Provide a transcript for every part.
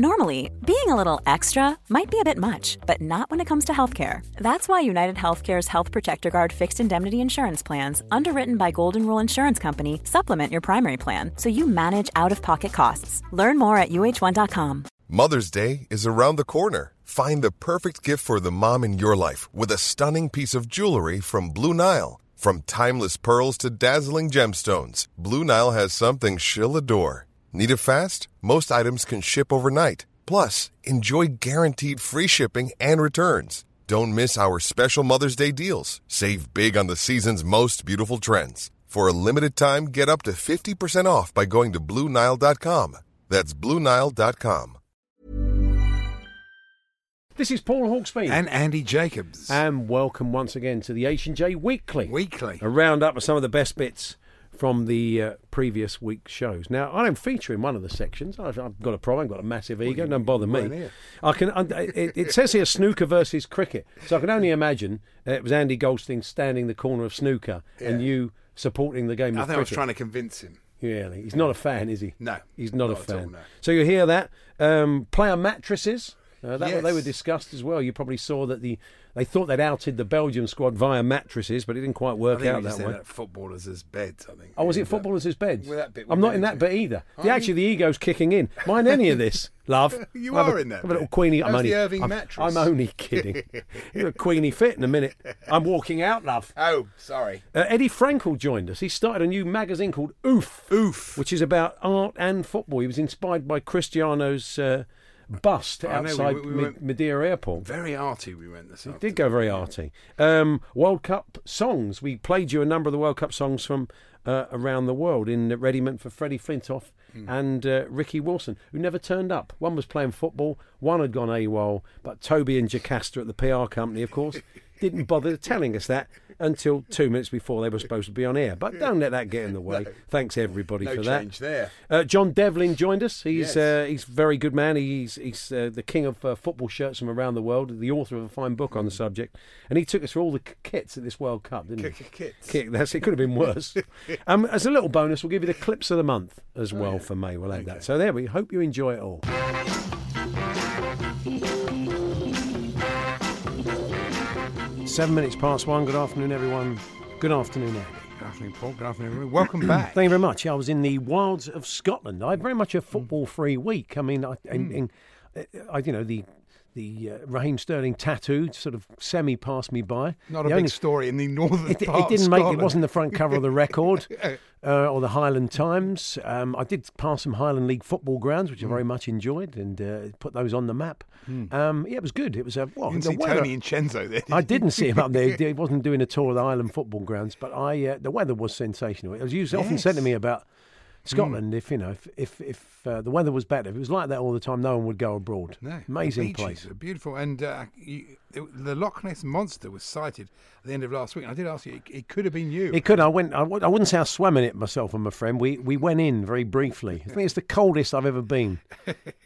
Normally, being a little extra might be a bit much, but not when it comes to healthcare. That's why United Healthcare's Health Protector Guard fixed indemnity insurance plans, underwritten by Golden Rule Insurance Company, supplement your primary plan so you manage out of pocket costs. Learn more at uh1.com. Mother's Day is around the corner. Find the perfect gift for the mom in your life with a stunning piece of jewelry from Blue Nile. From timeless pearls to dazzling gemstones, Blue Nile has something she'll adore. Need it fast? Most items can ship overnight. Plus, enjoy guaranteed free shipping and returns. Don't miss our special Mother's Day deals. Save big on the season's most beautiful trends. For a limited time, get up to 50% off by going to BlueNile.com. That's BlueNile.com. This is Paul Hawksby. And Andy Jacobs. And welcome once again to the H&J Weekly. Weekly. A roundup of some of the best bits from the uh, previous week's shows. Now, I don't feature in one of the sections. I've, I've got a problem. I've got a massive ego. Don't bother right me. here. I can. I, it, it says here snooker versus cricket, so I can only imagine uh, it was Andy Goldstein standing the corner of snooker and you supporting the game I of think I was cricket. trying to convince him. Yeah, he's not a fan, is he? No, he's not, not a at all, fan. no. So you hear that um, player mattresses. Uh, that Yes. they were discussed as well. You probably saw that the they thought they'd outed the Belgium squad via mattresses, but it didn't quite I work think we out just that said way. that footballers as beds, I think. Oh, was it footballers? footballers as beds? Well, that bit we I'm not went in that into. bit either. Are The, actually, the ego's kicking in. Mine any of this, love. You I'm are a, in that I'm a little bit. Queenie. I'm How's only, the Irving I'm, mattress? I'm only kidding. You're a Queenie fit in a minute. I'm walking out, love. Oh, sorry. Uh, Eddie Frankel joined us. He started a new magazine called Oof, Oof. which is about art and football. He was inspired by Cristiano's uh, bust I know, we- outside we Mid- went- Madeira Airport. Very arty we went this Did go very arty. Um, World Cup songs. We played you a number of the World Cup songs from uh, around the world in readiment for Freddie Flintoff Hmm. and uh, Ricky Wilson, who never turned up. One was playing football, one had gone AWOL, but Toby and Jocasta at the PR company, of course, didn't bother telling us that until two minutes before they were supposed to be on air. But don't let that get in the way. Thanks everybody No for that. change there. Uh, John Devlin joined us. He's Yes. uh, he's a very good man. He's he's uh, the king of uh, football shirts from around the world. The author of a fine book on the subject, and he took us through all the k- kits at this World Cup, didn't he? Kids. Kick, that's it. Could have been worse. um, as a little bonus, we'll give you the clips of the month as well for May. We'll add that. So there we hope you enjoy it all. Seven minutes past one. Good afternoon, everyone. Good afternoon, Andy. Good afternoon, Paul. Good afternoon, everyone. Welcome back. Thank you very much. I was in the wilds of Scotland. I had very Mm. much a football-free week. I mean, I, in, in, I you know the the uh, Raheem Sterling tattoo sort of semi passed me by. Not a The big only- story in the northern It, it part of didn't make. It Scotland. wasn't the front cover of the record uh, or the Highland Times. Um, I did pass some Highland League football grounds, Mm. which I very much enjoyed, and uh, put those on the map. Um, yeah, it was good. It was a well, Hmm. You didn't the see weather- Tony and Chenzo there. I didn't see him up there. He wasn't doing a tour of the Ireland football grounds, but I uh, the weather was sensational. It was used, often said to me about Hmm. Scotland, if you know, if if, if uh, the weather was better, if it was like that all the time, no one would go abroad. No, Amazing the beaches place. Are beautiful, and uh, you, it, the Loch Ness monster was sighted at the end of last week. I did ask you; it, it could have been you. It could. I went. I, w- I wouldn't say I swam in it myself and my friend. We we went in very briefly. I think it's the coldest I've ever been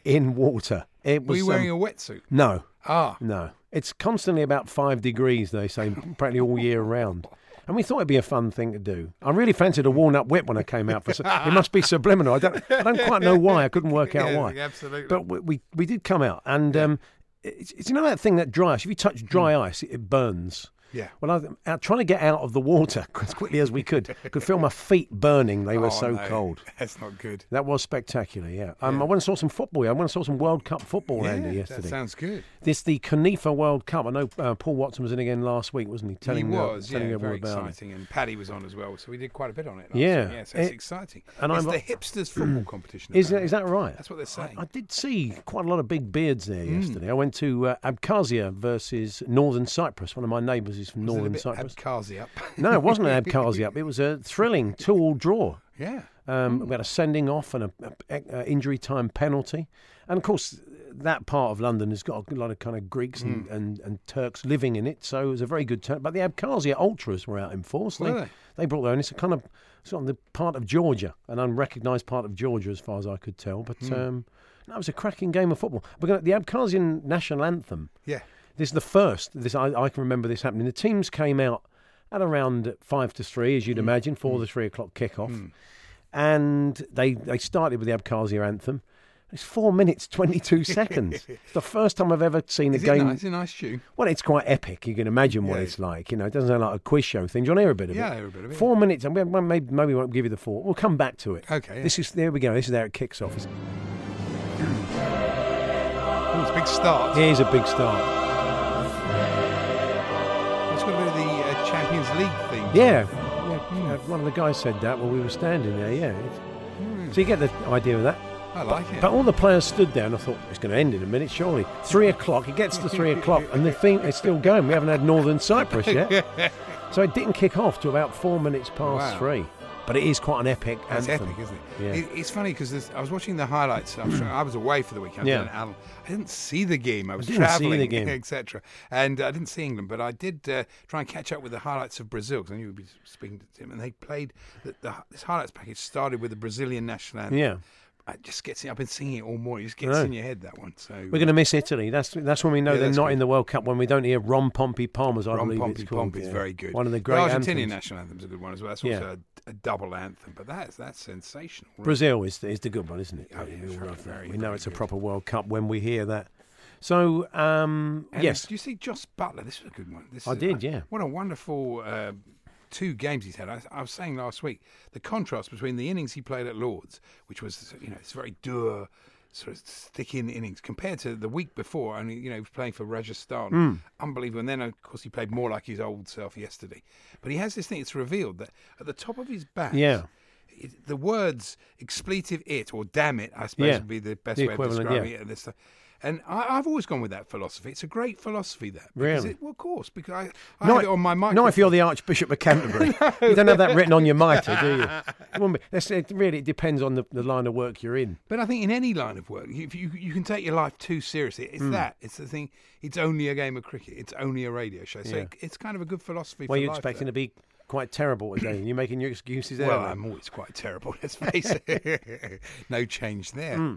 in water. It Were was. you wearing um, a wetsuit? no, Ah, No, it's constantly about five degrees. They say practically all year round. And we thought it'd be a fun thing to do. I really fancied a walnut whip when I came out. For it must be subliminal. I don't, I don't quite know why. I couldn't work out Yeah, why. absolutely. But we, we, we did come out, and um, it's, it's you know that thing that dry ice. If you touch dry ice, it, it burns. Mm. Yeah. Well, I, was out trying to get out of the water as quickly as we could. Could feel my feet burning. They were Oh, so no. cold. That's not good. That was spectacular. Yeah. Um, I went and saw some football. I went and saw some World Cup football, Yeah, Andy, yesterday. That sounds good. This the Conifa World Cup. I know uh, Paul Watson was in again last week, wasn't he? Telling he uh, was, telling yeah, everyone very about it. exciting. And Paddy was on as well, so we did quite a bit on it. Last Yeah. week. yeah, so it's It- exciting. and it's I'm- the hipsters football competition. Is that, apparently. is that right? That's what Mm. they're saying. I, I did see quite a lot of big beards there yesterday. I went to uh, Abkhazia versus Northern Cyprus. One of my neighbours is from Is it a Northern bit Cyprus. Abkhazi up. no, it wasn't an Abkhazia. It was a thrilling two-all draw. yeah. Um, We had a sending off and a, a- a injury time penalty, and of course that part of London has got a lot of kind of Greeks and, and, and Turks living in it, so it was a very good turn. But the Abkhazia ultras were out in force. Were they? they brought their own. It's a kind of sort of the part of Georgia, an unrecognised part of Georgia, as far as I could tell. But um, that was a cracking game of football. We're gonna, the Abkhazian national anthem. Yeah. This is the first. This I, I can remember this happening. The teams came out at around five to three, Mm. as you'd imagine, for the three o'clock kickoff, and they they started with the Abkhazia anthem. It's four minutes, 22 seconds. It's the first time I've ever seen a Is it game. nice? Is it a nice tune? Well, it's quite epic. You can imagine what Yeah. it's like. You know, it doesn't sound like a quiz show thing. Do you want to hear a bit of it? Yeah, I'll hear a bit of it, Four minutes, and we, well, maybe, maybe we won't give you the four. We'll come back to it. Okay, yeah. This is there we go. This is how it kicks off. Oh, it's a big start. Here's a big start. It's got a bit of the uh, Champions League thing. Yeah, yeah hmm. uh, one of the guys said that while we were standing there. Yeah, so you get the idea of that. Hmm. I like it. But all the players stood there, and I thought it's going to end in a minute, surely. Three o'clock. It gets to three o'clock, and the thing is still going. We haven't had Northern Cyprus yet, so it didn't kick off to about four minutes past Wow. three. But it is quite an epic That's anthem, epic, isn't it? Yeah. it it's funny because I was watching the highlights. I'm sure I was away for the weekend. Yeah. and Alan, I didn't see the game. I was didn't see the traveling, game. etc. And I didn't see England, but I did uh, try and catch up with the highlights of Brazil because I knew you'd be speaking to Tim. And they played the, the this highlights package started with the Brazilian national anthem. Yeah. It just gets in. I've been singing it all morning. It just I gets know. in your head that one. So We're going to miss Italy. That's that's when we know Yeah, they're that's not good. in the World Cup. When we don't hear Rom Pompey Palm, as I Ron believe uh, Pompey it's called. Pomp is yeah. very good. One of the great Argentinian anthems. national anthem's a good one as well. That's Yeah. also a, a double anthem, but that's that's sensational. really. Brazil is the, is the good one, isn't it? Oh, yeah, we all very, love that. very, We know very it's a good. proper World Cup when we hear that. So um, And yes, Do you see Joss Butler? This was a good one. This I is- did, yeah. What a wonderful uh, two games he's had. I, I was saying last week the contrast between the innings he played at Lords, which was you know it's very dour, sort of sticking innings, compared to the week before. Only you know he was playing for Rajasthan, Hmm. unbelievable. And then of course he played more like his old self yesterday. But he has this thing. It's revealed that at the top of his bat, Yeah. it- The words expletive it or damn it, I suppose, Yeah. would be the best The way of equivalent, describing yeah. it at this time. And I, I've always gone with that philosophy. It's a great philosophy, that. because Really? It, well, of course, because I, I have it on my microphone. Not if you're the Archbishop of Canterbury. You don't have that written on your mitre, do you? It wouldn't be. That's, it really, it depends on the, the line of work you're in. But I think in any line of work, if you, you can take your life too seriously. Hmm. It's that. It's the thing. It's only a game of cricket. It's only a radio show. So Yeah. it, it's kind of a good philosophy Well, for you're life, expecting that. to be quite terrible today, and you're making your excuses early. Well, I'm always quite terrible, let's face it. no change there. Hmm.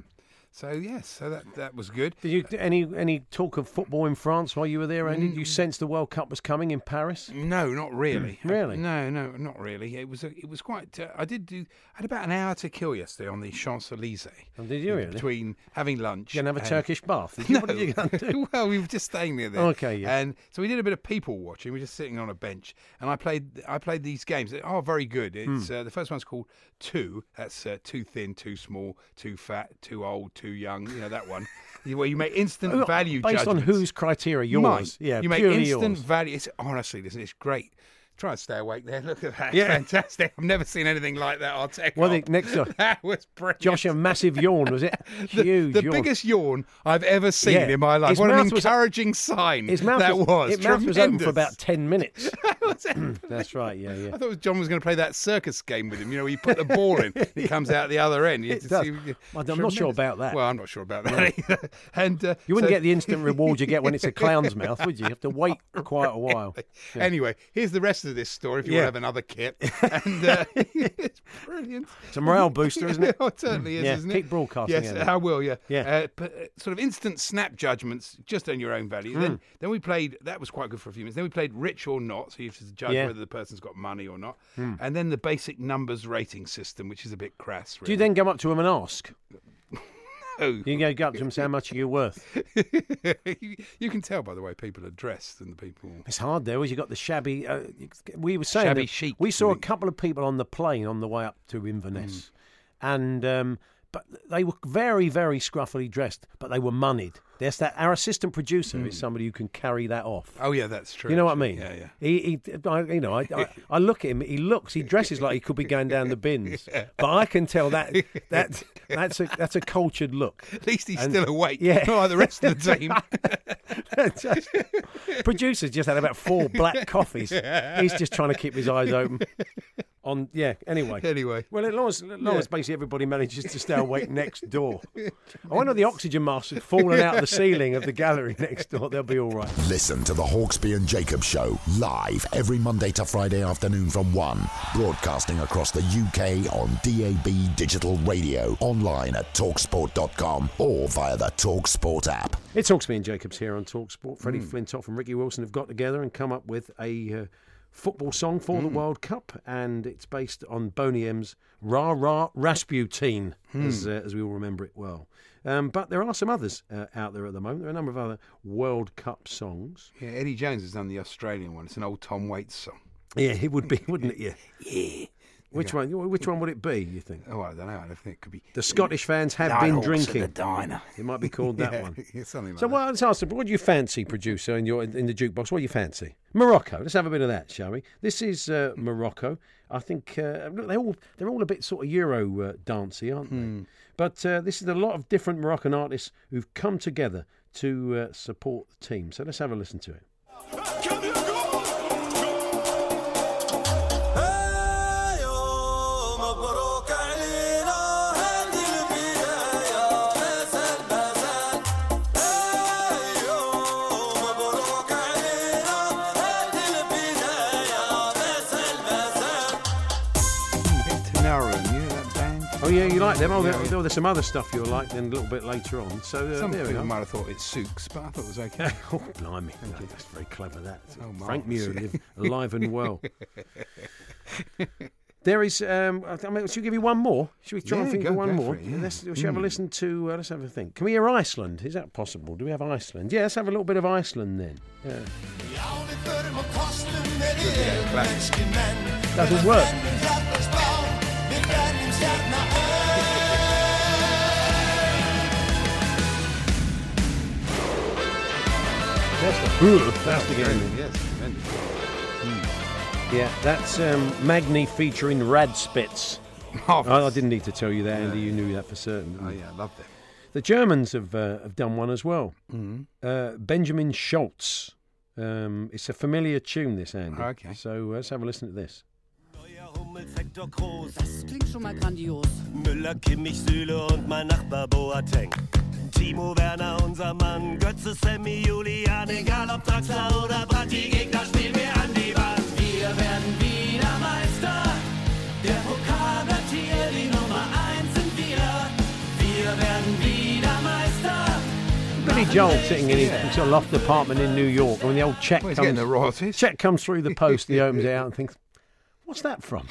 So, yes, so that, that was good. Did you do any any talk of football in France while you were there, Mm. Andy? Did you sense the World Cup was coming in Paris? No, not really. Hmm. Really? No, no, not really. It was a, it was quite. Uh, I did do. I had about an hour to kill yesterday on the Champs Elysees. Oh, did you really? Between having lunch, You gonna have a and- Turkish bath? Did you? No. What did you go and do? well, we were just staying near there. Okay, yeah. And so we did a bit of people watching. We were just sitting on a bench, and I played. I played these games. They are very good. Hmm. It's uh, the first one's called Two. That's uh, too thin, too small, too fat, too old, too young. You know that one, where you make instant Well, value based on judgments. whose criteria? Yours, Mine. yeah, You make purely instant yours. value. It's honestly, listen, it's great. Try and stay awake there. Look at that. Yeah. Fantastic. I've never seen anything like that. I'll take Well, off. the- next one. that was brilliant. Josh, a massive yawn was it? the, Huge. the yawn. biggest yawn I've ever seen Yeah. in my life. His what an mouth was- encouraging sign His mouth that was, was. His mouth was open for Tremendous. about ten minutes. That was it. That's right. Yeah, yeah. I thought John was going to play that circus game with him. You know, where you put the ball in, it comes out the other end. You It have to does. see- Well, I'm not sure Tremendous. about that. Well, I'm not sure about that either. And uh, You wouldn't so- get the instant reward you get when it's a clown's mouth, would you? You have to wait quite a while. Anyway, here's the rest of this story if you Yeah. want to have another kip. And uh, it's brilliant. It's a morale booster, isn't it? oh, it certainly is, Yeah, isn't it? keep broadcasting Yes, it. I will, yeah. Yeah. Uh, but, uh, sort of instant snap judgments just on your own value. Hmm. Then, then we played, that was quite good for a few minutes. Then we played rich or not, so you have to judge Yeah. Hmm. whether the person's got money or not. And then the basic numbers rating system, which is a bit crass, Do really. you then go up to him and ask? Oh. You can go up to him and say, How much are you worth? you, you can tell by the way people are dressed and the people. It's hard there, as you got the shabby. Uh, we were saying. Shabby that chic, We you Mm. saw a think? couple of people on the plane on the way up to Inverness. And. Um, but they were very, very scruffily dressed, but they were moneyed. That's that. Our assistant producer is somebody who can carry that off. Mm. Oh, yeah, that's true. You know what I mean? actually. Yeah, yeah. He, he I, you know, I, I, I look at him. He looks, he dresses like he could be going down the bins, but I can tell that that that's a that's a cultured look. At least he's And- still awake, yeah. not like the rest of the team. Just- Producer's just had about four black coffees. He's just trying to keep his eyes open. On yeah. Anyway. Anyway. Well, at Lawrence, at Lawrence basically everybody manages to stay awake next door. I wonder if the oxygen mask had fallen out of the ceiling of the gallery next door. They'll be all right. Listen to the Hawksby and Jacob Show live every Monday to Friday afternoon from 1, broadcasting across the UK on DAB digital radio, online at talksport.com or via the Talksport app. It's Hawksby and Jacobs here on Talksport. Freddie Hmm. Flintoff and Ricky Wilson have got together and come up with a uh, football song for Hmm. the World Cup, and it's Hmm. based on Boney M's "Ra Ra Rasputin," as, uh, as we all remember it well. Um, but there are some others uh, out there at the moment. There are a number of other World Cup songs. Yeah, Eddie Jones has done the Australian one. It's an old Tom Waits song. Yeah, it would be, wouldn't it? Yeah. Yeah. Which one? Which one would it be? You think? Oh, I don't know. I don't think it could be. The Scottish fans have been drinking. diner. It might be called that Yeah, one. yeah, something like So that. well, let's ask them, what do you fancy, producer, in your in the jukebox? What do you fancy? Morocco. Let's have a bit of that, shall we? This is uh, Morocco. I think uh, look, they all they're all a bit sort of Euro uh, dancey, aren't they? Hmm. But uh, this is a lot of different Moroccan artists who've come together to uh, support the team. So let's have a listen to it. أيوه مبروك علينا هذه البداية ما زال ما زال أيوه مبروك علينا هذه البداية ما زال ما زال Tanara, you know that band? Oh yeah, you like them? Oh, there, Yeah, yeah. there's some other stuff you'll like then a little bit later on. So uh, Some there we people are. might have thought it's Souks, but I thought it was okay. oh, blimey. No, that's very clever, that. Frank marvellous, Muir, yeah. live, alive and well. There is. Um, I th- I mean, should we give you one more? Should we try and Yeah, think go- of one go more? for it, yeah. Mm. Let's, shall we have a listen to? Uh, let's have a think. Can we hear Iceland? Is that possible? Do we have Iceland? Yeah, let's have a little bit of Iceland then. Yeah. Jáni förum og kostum er yfir mennski menn Doesn't work. Við hjartans bá, við brennum stjarna öll That's the game. yes, tremendous. Yeah, that's um, Magni featuring Radspitz. I, I Marvellous. didn't need to tell you that, Andy. You knew that for certain. didn't Oh, you? yeah, I love them. The Germans have uh, have done one as well. Mm-hmm. Uh, Benjamin Schultz. Um, it's a familiar tune, this Andy. Okay. So uh, let's have a listen to this. Neuer Hummelsektor groß Das klingt schon mal grandios. Müller, Kimmich, Süle und mein Nachbar Boateng. Timo Werner, unser Mann, Götze, Sammy, Julian, egal ob Draxler oder Brandt, die Gegner spielen wir an die Wand. Wir werden wieder Meister, der Pokal bleibt hier, die Nummer eins sind wir. Wir werden wieder Meister. Billy Joel sitting in his sort of loft apartment in New York, and when the old check Well, he's getting comes, the royalties. check comes through the post, he opens it out and thinks, "What's that from?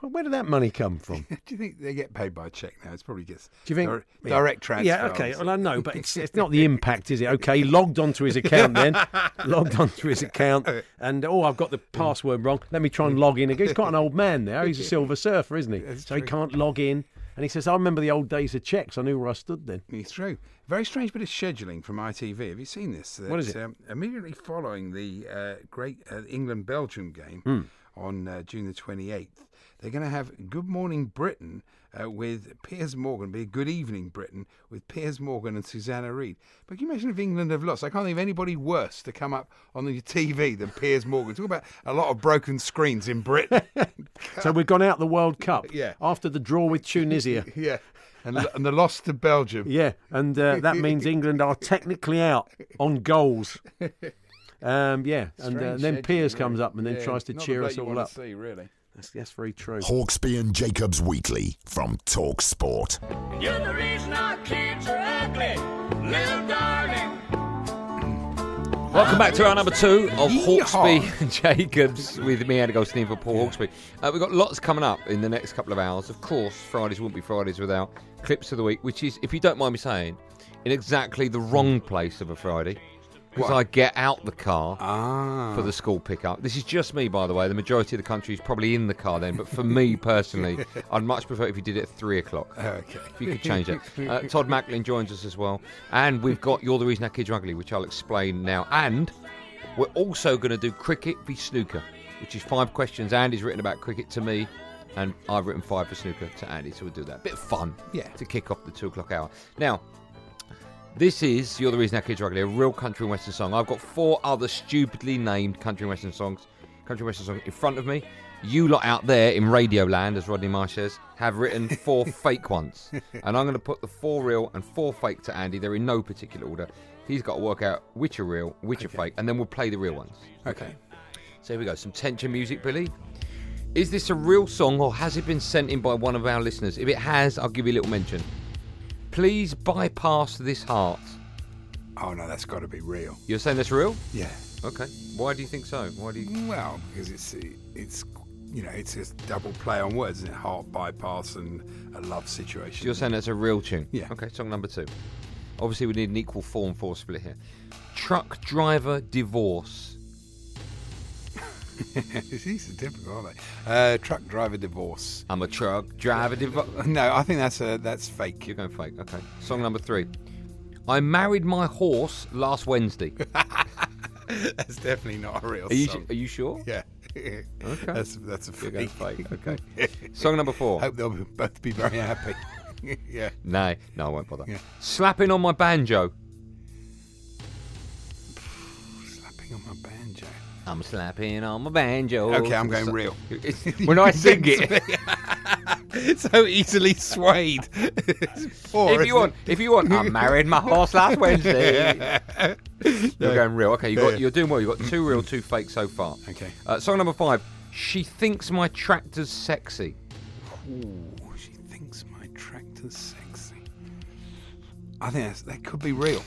Where did that money come from?" Do you think they get paid by check now? It's probably gets Do you think dir- yeah. direct transfer? Yeah, okay. obviously. Well, I know, but it's, it's not the impact, is it? Okay, he logged onto his account then, logged onto his account, and oh, I've got the password wrong. Let me try and log in again. He's quite an old man now. He's a silver surfer, isn't he? so he can't log in. And he says, "I remember the old days of checks. I knew where I stood then." It's true. Very strange bit of scheduling from ITV. Have you seen this? What is That, it? Um, immediately following the uh, great uh, England Belgium game Hmm. on uh, June the 28th, they're going to have Good Morning Britain uh, with Piers Morgan, be Good Evening Britain with Piers Morgan and Susanna Reid. But can you imagine if England have lost? I can't think of anybody worse to come up on the TV than Piers Morgan. Talk about a lot of broken screens in Britain. So we've gone out the World Cup Yeah. after the draw with Tunisia. yeah. And, and the loss to Belgium. Yeah, and uh, that means England are technically out on goals. Um, yeah, and, uh, Strange then scheduling, Piers really. comes up and then Yeah, tries to not the cheer bloke us you all wanna up. see, really. That's, that's very true. Hawksby and Jacobs Weekly from Talk Sport. You're the reason our kids are ugly, little darling. Welcome back to our number two of Yeehaw. Hawksby and Jacobs with me, Andy Goldstein for Paul Hawksby. Uh, we've got lots coming up in the next couple of hours. Of course, Fridays won't be Fridays without clips of the week, which is, if you don't mind me saying, in exactly the wrong place of a Friday. Because I get out the car for the school pickup. This is just me, by the way. The majority of the country is probably in the car then, but for me personally, I'd much prefer if you did it at three o'clock. Okay. If you could change that. Uh, Todd Macklin joins us as well. And we've got You're the Reason Our Kids Are Ugly, which I'll explain now. And we're also going to do Cricket v Snooker, which is five questions. Andy's written about cricket to me, and I've written five for snooker to Andy. So we'll do that. Bit of fun Yeah. to kick off the two o'clock hour. Now, this is You're the Reason Our Kids Are Ugly, a real country and western song. I've got four other stupidly named country and western songs, country and western songs in front of me. You lot out there in radio land, as Rodney Marsh says, have written four fake ones. And I'm going to put the four real and four fake to Andy. They're in no particular order. He's got to work out which are real, which are fake, and then we'll play the real ones. Okay. So here we go. Some tension music, Billy. Is this a real song or has it been sent in by one of our listeners? If it has, I'll give you a little mention. Please bypass this heart. Oh no, that's got to be real. You're Mm. saying that's real? Yeah. Mm. Okay. Why do you think so? Why do you? Well, because it's it's you know, it's this double play on words, isn't it? Heart bypass and a love situation. So you're saying that's a real tune? Yeah. Okay, song number two. Obviously, we need an equal four and four split here. Truck driver divorce. These are difficult, aren't they? Uh, truck driver divorce. I'm a truck driver divorce. No, I think that's uh that's fake. You're going fake. Okay. Song number three. I married my horse last Wednesday. that's definitely not a real Are you, song. are you sure? yeah. okay. That's that's a You're going fake. fake. Okay. Song number four. Hope they'll be- both be very happy. yeah. No, no, I won't bother. Yeah. Slapping on my banjo. Slapping on my banjo. I'm slapping on my banjo. Okay, I'm going So- real. It's- when I sing it, so easily swayed. Poor, if isn't you want, if you want, I married my horse last Wednesday. You're Yeah. going real. Okay, you got, Yeah. you're doing well. You've got two real, two fake so far. Okay. Uh, song number five. She thinks my tractor's sexy. Ooh, she thinks my tractor's sexy. I think that's, that could be real.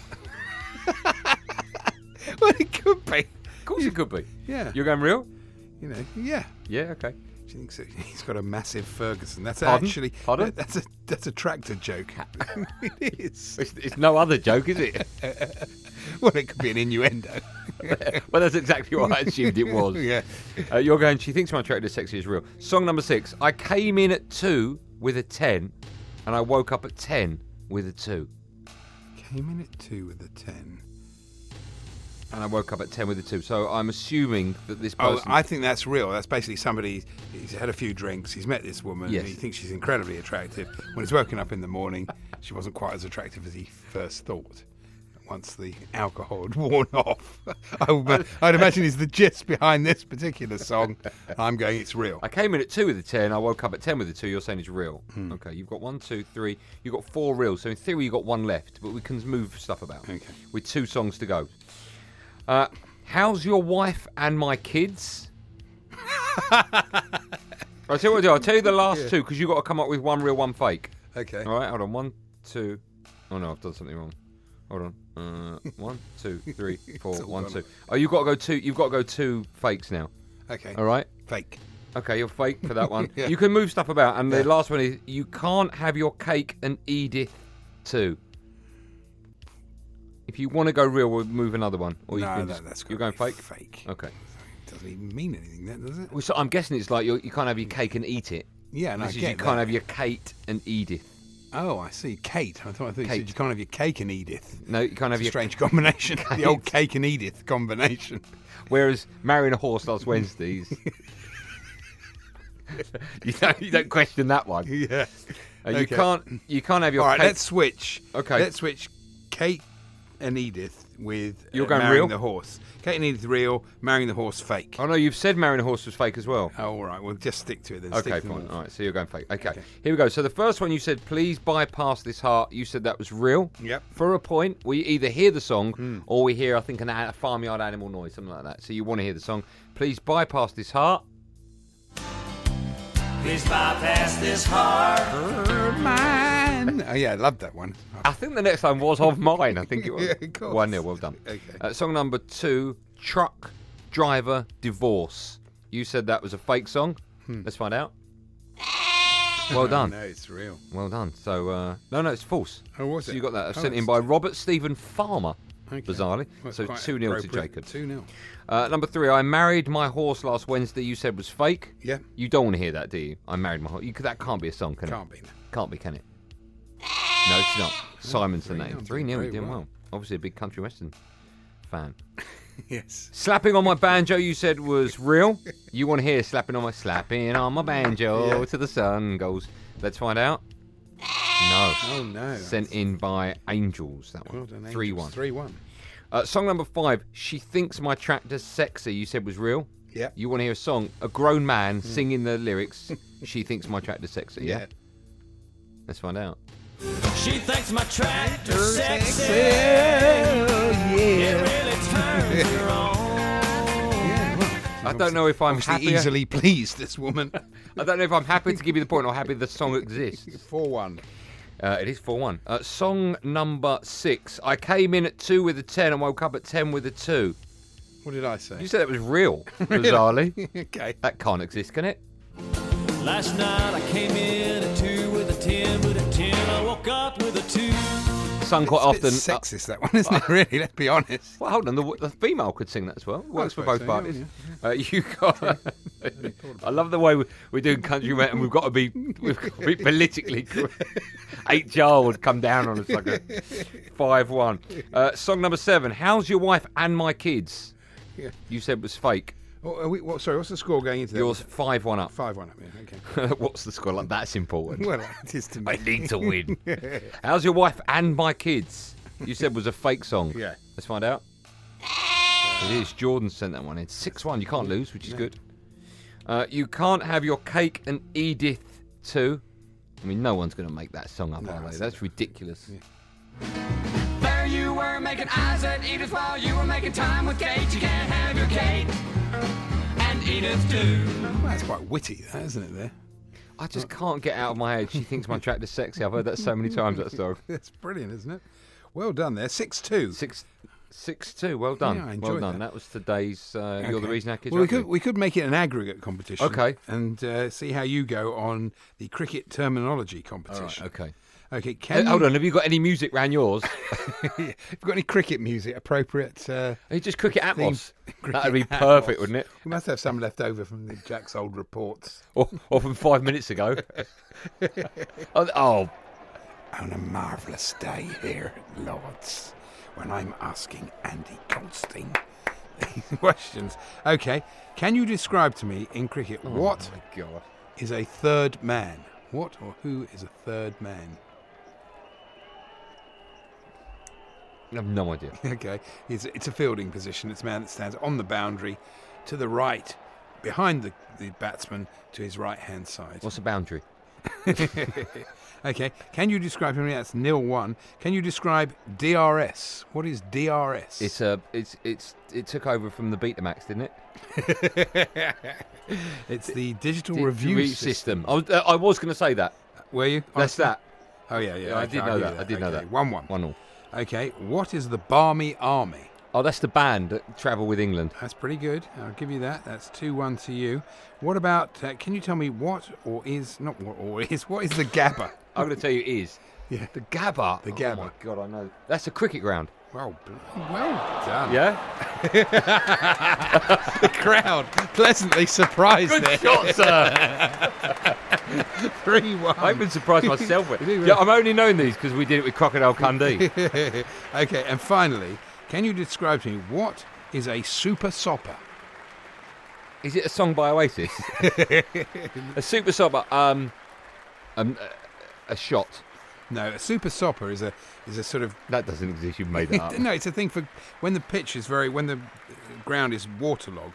well, it could be. Of course it could be. Yeah. You're going real? You know, yeah. Yeah, okay. She thinks that he's got a massive Ferguson. That's Pardon? actually Pardon? That's a that's a tractor joke. it is. It's, it's no other joke, is it? Well, it could be an innuendo. well, that's exactly what I assumed it was. yeah. Uh, you're going, she thinks my tractor's sexy is real. Song number six. I came in at two with a 10, and I woke up at 10 with a two. Came in at two with a ten. And I woke up at 10 with a two. So I'm assuming that this Oh, person. I think that's real. That's basically somebody he's had a few drinks, he's met this woman, Yes. and he thinks she's incredibly attractive. When he's woken up in the morning, she wasn't quite as attractive as he first thought. Once the alcohol had worn off, I would, ma- I'd imagine is the gist behind this particular song. I'm going, it's real. I came in at two with a ten. I woke up at ten with a two. You're saying it's real. Hmm. Okay, you've got one, two, three. You've got four reels. So in theory, you've got one left, but we can move stuff about. Okay. With two songs to go. Uh, how's your wife and my kids? I tell you what I do. I'll tell you the last two because you've got to come up with one real, one fake. Okay. All right, hold on. One, two. Oh no, I've done something wrong. Hold on. Uh, one, two, three, four, all one, gone. two. Oh, you've got to go two. You've got to go two fakes now. Okay. All right. Fake. Okay, you're fake for that one. Yeah. You can move stuff about. And the last one is you can't have your cake and eat it too. If you want to go real, we'll move another one. Or you no, can that, just- that's you're going gotta fake. Oh. be Fake. Okay. Doesn't even mean anything, then, does it? Well, so I'm guessing it's like you're, you can't have your cake and eat it. Yeah, and This I is get you that. can't have your Kate and Edith. Oh, I see. Kate. I thought I thought you Kate. said you can't have your cake and Edith. No, you can't have It's a your. strange combination. The old cake and Edith combination. Whereas marrying a horse last Wednesdays. you, don't, you don't question that one. Yeah. Uh, You Okay. can't. You can't have your. All right, cake. let's switch. Okay. Let's switch Kate and Edith with uh, You're going marrying real? the horse. Kate and Edith real, marrying the horse fake. Oh no, you've said marrying a horse was fake as well. Oh, all right, we'll just stick to it then. Okay, stick to fine. the All horse. right, so you're going fake. Okay. Okay. here we go. So the first one you said, please bypass this heart. You said that was real. Yep. Hmm. For a point, we either hear the song or we hear, I think, an, a farmyard animal noise, something like that. So you want to hear the song. Please bypass this heart. Please bypass this heart. Mine. Oh yeah, I love that one. I think the next one was of mine. I think it was. Yeah, of course. One nil. Well done. Okay. Uh, song number two, truck driver divorce. You said that was a fake song. Hmm. Let's find out. Well done. No, it's real. Well done. So uh, no, no, it's false. Oh, was so it? you got that Oh, sent in it's- by Robert Stephen Farmer, bizarrely. so two 0 nil to Jacob. Two 0 Uh, number three, I married my horse last Wednesday. You said was fake. Yeah. You don't want to hear that, do you? I married my horse. You, that can't be a song, can Can't it? be. Can't be, can it? No, it's not. Simon's the name. 3-0, Three 0 You're very doing well. well. Obviously, a big country western fan. Yes. Slapping on my banjo, you said was real. You want to hear slapping on my slapping on my banjo Yeah. to the sun goes. Let's find out. No. Oh no. Sent in by Angels. That one. Well done, Three Angels. one. Three one. Uh, song number five. She thinks my tractor's sexy. You said was real. Yeah. Hmm. You want to hear a song? A grown man singing the lyrics. she thinks my tractor's sexy. Yeah. Let's find out. She thinks my tractor Sexy, sexy. It yeah. really turns her on. Yeah, well, I don't know if I'm obviously happier- easily pleased. This woman. I don't know if I'm happy to give you the point or happy the song exists. Four one. Uh, it is 4 1. Uh, song number six. I came in at 2 with a 10 and woke up at 10 with a 2. What did I say? You said that was real, bizarrely. okay. that can't exist, can it? Last night I came in at two with a ten, but at ten I woke up with a two. Sung quite It's a bit often. uh, sexist that one, isn't it? Really, let's be honest. Well, hold on. The, the female could sing that as well. It works for suppose both so, parties. yeah, Uh, you got. I love the way we, we do country met, and we've got to be we've got to be politically correct. HR would come down on us like a five one. Uh, song number seven. How's your wife and my kids? You said was fake. Oh, are we, what, sorry, what's the score going into that? Yours five one up. five one up. Yeah, okay. What's the score? Like that's important. well, it is to me. I need to win. How's your wife and my kids? You said was a fake song. Yeah. Let's find out. It is. Jordan sent that one in. 6 1. You can't lose, which is good. Uh, you can't have your cake and Edith too. I mean, no one's going to make that song up, are they? That's ridiculous. There you were making eyes at Edith while you were making time with Kate. You can't have your cake and Edith too. Well, that's quite witty, that, isn't it? There, I just can't get out of my head. She thinks my track is sexy. I've heard that so many times, that story. that's brilliant, isn't it? Well done there. Six two. Six, six two. Well done. Yeah, I well enjoyed done. That, that. was today's uh, You're the Okay. Reason I Kids Well, we Rugby. could we could make it an aggregate competition. Okay. And uh, see how you go on the cricket terminology competition. Okay. Okay. Hey, Can hold you- on. Have you got any music round yours? Have you got any cricket music appropriate? Uh, Hey, just cricket atmos. cricket That'd be atmos? perfect, wouldn't it? We must have some left over from the Jack's old reports. Or, or from five minutes ago. oh, oh, On a marvellous day here at Lord's, when I'm asking Andy Goldstein these questions. Okay, can you describe to me in cricket what is Oh God. a third man? What or who is a third man? I have no idea. Okay, it's, it's a fielding position. It's a man that stands on the boundary, to the right, behind the, the batsman, to his right hand side. What's the boundary? Okay, can you describe him? That's nil one. Can you describe DRS? What is DRS? It's a, it's, it's, it took over from the Betamax, didn't it? It's the digital Di- review re- system. system. I was, uh, I was going to say that. Were you? That's Honestly? that. Oh yeah, yeah. I okay, did I'll know give that. you I did know Okay, that. One one. One all. Okay. What is the Barmy Army? Oh, that's the band that travel with England. That's pretty good. I'll give you that. That's two one to you. What about? Uh, can you tell me what or is not what or is what is the Gabba? I'm going to tell you it is. Yeah. The Gabba. The Oh my Gabba. God, I know. That's a cricket ground. Well, bl- well done. Yeah? The crowd pleasantly surprised there. Shot, sir. Three one. I've been surprised myself. with- You do, really? yeah, I'm only knowing these because we did it with Crocodile Dundee. okay, and finally, can you describe to me what is a super sopper? Is it a song by Oasis? a super sober, um, um, a, a shot. No, a super sopper is a is a sort of That doesn't exist. You made that up. no, it's a thing for when the pitch is very when the uh, ground is waterlogged.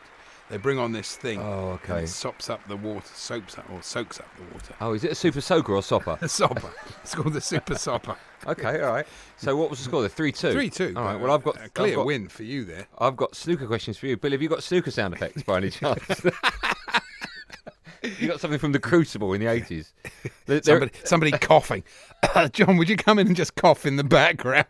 They bring on this thing. Oh, And okay. it sops up the water, soaps up or soaks up the water. Oh, is it a super soaker or sopper? A sopper. it's called the super sopper. Okay, all right. So what was the score? there? three two. Three two. All right. but Well, I've got a clear I've got, win for you there. I've got snooker questions for you, Bill. Have you got snooker sound effects by any chance? you got something from the Crucible in the eighties. Somebody, somebody coughing. John, would you come in and just cough in the background?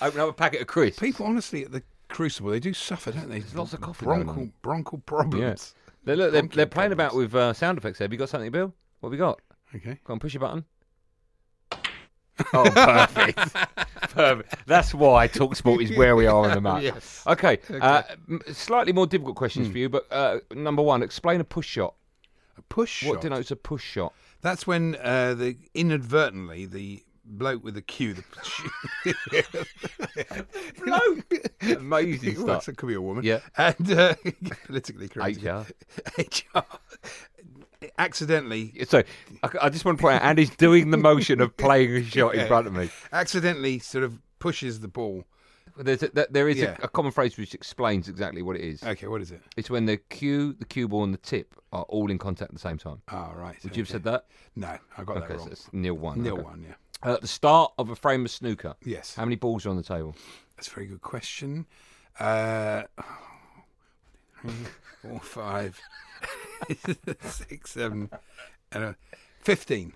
Open up a packet of crisps. People, honestly, at the Crucible, they do suffer, don't they? There's lots of coughing going Bronchial, on. bronchial Yeah. problems. They look, they're, Donkey they're playing about problems. with uh, sound effects. There. Have you got something, Bill? What have we got? Okay. Go on, push your button. oh, perfect. perfect. That's why Talksport is where we are on the map. Yes. Okay. Uh, m- slightly more difficult questions for you, but uh, number one, explain a push shot. A push What shot. denotes a push shot? That's when uh, the inadvertently the bloke with the cue. The bloke. Amazing stuff. It could be a woman. Yeah. And uh, politically correct. HR. HR. Accidentally, So I, I just want to point out, Andy's doing the motion of playing a shot in front of me. accidentally, sort of pushes the ball. There's a, there- there is Yeah. a, a common phrase which explains exactly what it is. Okay, what is it? It's when the cue, the cue ball, and the tip are all in contact at the same time. Ah, right. Would you have said that? No, I got Okay, that so wrong. it's nil one. Nil okay. one. Yeah. Uh, at the start of a frame of snooker. Yes. How many balls are on the table? That's a very good question. Uh, four, five, six, seven, and uh, fifteen.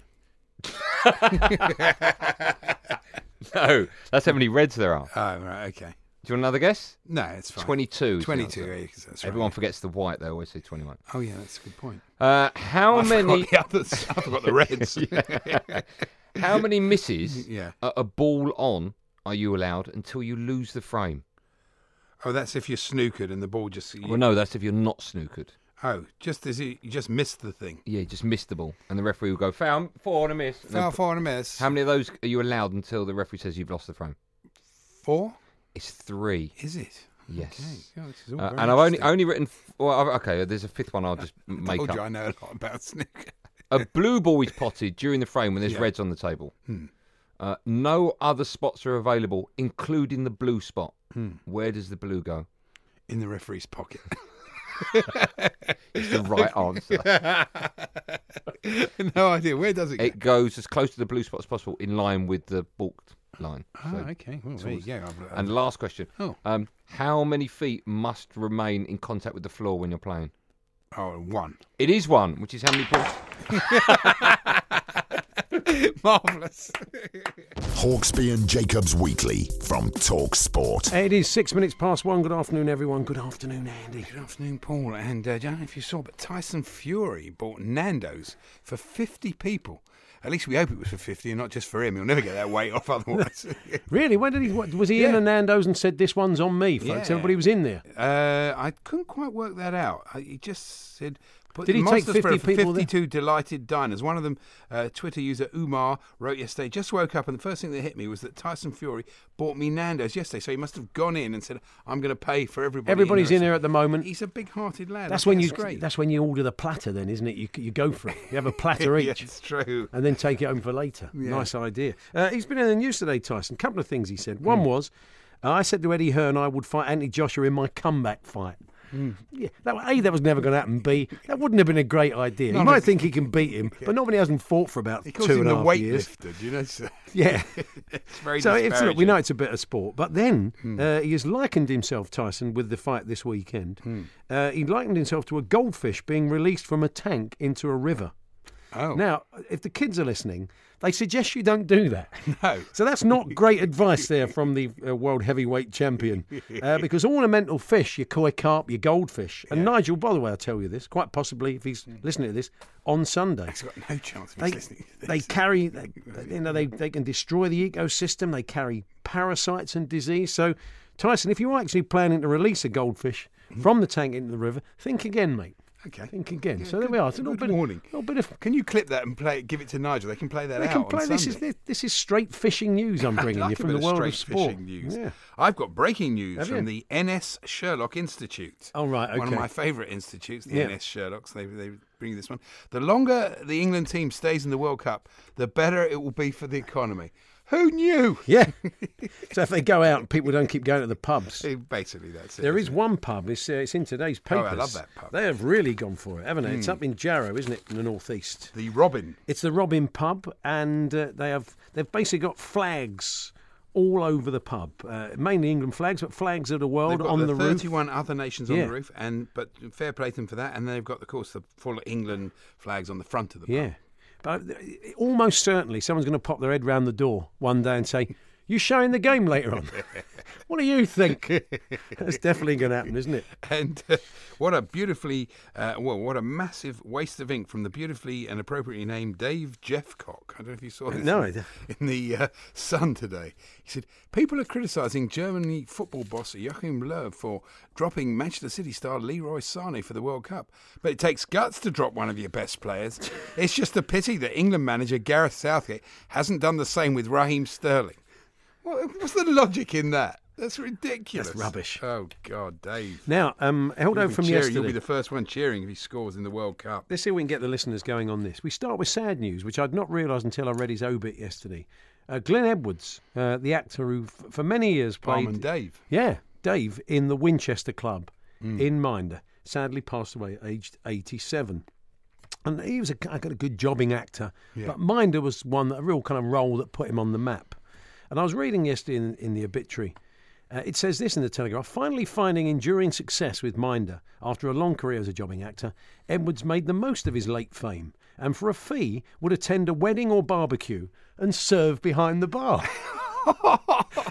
No, that's how many reds there are. Oh, right, okay. Do you want another guess? No, it's fine. 22 is the answer. 22. yeah, 'cause that's right. Everyone forgets the white. They always say 21. Oh, yeah, that's a good point. Uh, how I many? forgot the others. I forgot the reds. How many misses Yeah. a, a ball on are you allowed until you lose the frame? Oh, that's if you're snookered and the ball just. You, Well, no, that's if you're not snookered. Oh, just as you, you just missed the thing. Yeah, you just missed the ball, and the referee will go foul, four and a miss. And then- Foul, four, and a miss. How many of those are you allowed until the referee says you've lost the frame? Four? It's three. Is it? Yes. Okay. Oh, this is all Uh, very and I've only interesting. only written. f- Well, I've- okay, uh, there's a fifth one. I'll just m- I make told you I up. know a lot about snooker. A blue ball is potted during the frame when there's Yeah. Hmm. reds on the table. Uh, no other spots are available, including the blue spot. Hmm. Where does the blue go? In the referee's pocket. It's the right answer. no idea. Where does it go? It goes as close to the blue spot as possible, in line with the balked line. Ah, okay. Well, there you go. I've- And last question. Oh. Um, how many feet must remain in contact with the floor when you're playing? oh, one. It is one, which is how many points. Marvellous. Hawksby and Jacobs Weekly from Talk Sport. It is six minutes past one. Good afternoon, everyone. Good afternoon, Andy. Good afternoon, Paul. And uh, I don't know if you saw, but Tyson Fury bought Nando's for 50 people. At least we hope it was for 50 and not just for him. He'll never get that weight off otherwise. Really? When did he? What, was he in Yeah. a Nando's and said, "This one's on me, folks"? Yeah. Everybody was in there. uh, I couldn't quite work that out. I, he just said. Put Did he the take monster 50 spread for people there? 52 delighted diners. One of them, uh, Twitter user Umar, wrote yesterday, just woke up and the first thing that hit me was that Tyson Fury bought me Nando's yesterday. So he must have gone in and said, I'm going to pay for everybody. Everybody's in the there at the moment. He's a big hearted lad. That's I think when you. great. That's when you order the platter, then, isn't it? You you go for it. You have a platter yeah, each. it's true. and then take it home for later. Nice idea. Uh, he's been in the news today, Tyson. A couple of things he said. One was, uh, I said to Eddie Hearn I would fight Anthony Joshua in my comeback fight. Yeah, that, A, that was never going to happen. B, that wouldn't have been a great idea. You might think he can beat him, but not when he hasn't fought for about He calls two and him the a half years. weightlifter. Do you know? So- Yeah. It's very so it's, look, we disparaging. Hmm. know it's a bit of sport, but then uh, he has likened himself, Tyson, with the fight this weekend. Hmm. Uh, he likened himself to a goldfish being released from a tank into a river. Oh Now, if the kids are listening, they suggest you don't do that. no! So that's not great advice there from the uh, world heavyweight champion, uh, because ornamental fish, your koi carp, your goldfish, and Nigel. By the way, I tell you this, quite possibly, if Hmm. he's listening to this on Sunday, He's got no chance of they listening. To this. they carry, they, they- you know, they they can destroy the ecosystem. They carry parasites and disease. So, Tyson, if you're actually planning to release a goldfish from the tank into the river, think again, mate. Mm-hmm. Okay. Think again. Yeah, so there good- we are. It's a little good bit, warning. A little bit of Can you clip that and play? it- Give it to Nigel. They can play that They out. can on play. This is Sunday. this, this is straight fishing news I'm bringing Like you a from bit the world straight of sport. fishing news. Yeah. I've got breaking news Have from you? the NS Sherlock Institute. Oh, right, One of okay. my favourite institutes, the Yeah. NS Sherlocks. They they bring this one. The longer the England team stays in the World Cup, the better it will be for the economy. Who knew? Yeah. so if they go out and people don't keep going to the pubs. Eh, Basically, that's it. There is isn't one pub. It's, uh, it's in today's Oh, I papers. love that pub. Hmm. They have really gone for it, haven't they? It's up in Jarrow, isn't it, in the northeast? it? the Robin. It's the Robin Pub, and uh, they have they've basically got flags all over the pub, uh, mainly England flags, but flags of the They've world got on the, the, roof. 31 other nations on Yeah. the roof, and but fair play to them for that. And they've got, of course, the full England flags on the front of the pub. Yeah. But uh, almost certainly someone's going to pop their head round the door one day and say, You showing the game later on? what do you think? That's definitely going to happen, isn't it? And uh, what a beautifully, uh, well, what a massive waste of ink from the beautifully and appropriately named Dave Jeffcock. I don't know if you saw this Uh, No, I in, don't. in the uh, Sun today. He said, People are criticising Germany football boss Joachim Löw for dropping Manchester City star Leroy Sane for the World Cup. But it takes guts to drop one of your best players. it's just a pity that England manager Gareth Southgate hasn't done the same with Raheem Sterling. What, what's the logic in that? That's ridiculous. rubbish. Oh, God, Dave. Now, um, held You'll out be from cheering- yesterday. You'll be the first one cheering if he scores in the World Cup. Let's see if we can get the listeners going on this. We start with sad news, which I'd not realised until I read his obit yesterday. Uh, Glenn Edwards, uh, the actor who f- for many years played. Palm and Dave. Yeah, Dave in the Winchester Club in Minder, sadly passed away at aged 87. And he was a, g- got a good jobbing actor, but Minder was one that a real kind of role that put him on the map. And I was reading yesterday in, in the obituary. Uh, it says this in the Telegraph: Finally finding enduring success with Minder after a long career as a jobbing actor, Edwards made the most of his late fame, and for a fee would attend a wedding or barbecue and serve behind the bar.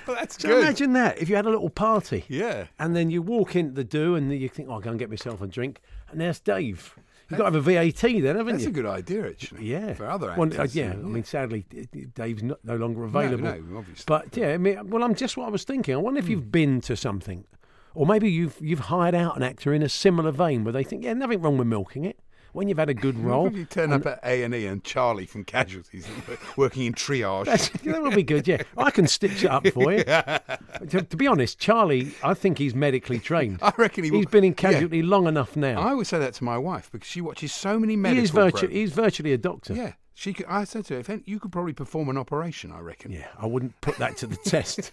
That's So good. imagine that if you had a little party. Yeah. And then you walk into the do and you think, oh, I'll go and get myself a drink. And there's Dave. You've got to have a VAT then, haven't That's you? a good idea, actually. Yeah. For other Well, actors. uh, yeah, I mean, sadly, d- d- Dave's not, no longer available. no, obviously. Hmm. But yeah, I mean, well, I'm just what I was thinking. I wonder if you've been to something, or maybe you've you've hired out an actor in a similar vein where they think, yeah, nothing wrong with milking it. When you've had a good What role, if you turn up at A and E and Charlie from Casualties is wo- working in That's, triage? that would be good, yeah. I can stitch it up for you. to, to be honest, Charlie, I think he's medically trained. I reckon he has will- been in yeah. casualty long enough now. I always say that to my wife because she watches so many medical. he is virtu- programs. he's virtually a doctor. Yeah, she. Could, I said to her, if any, "You could probably perform an operation, I reckon." Yeah, I wouldn't put that to the test.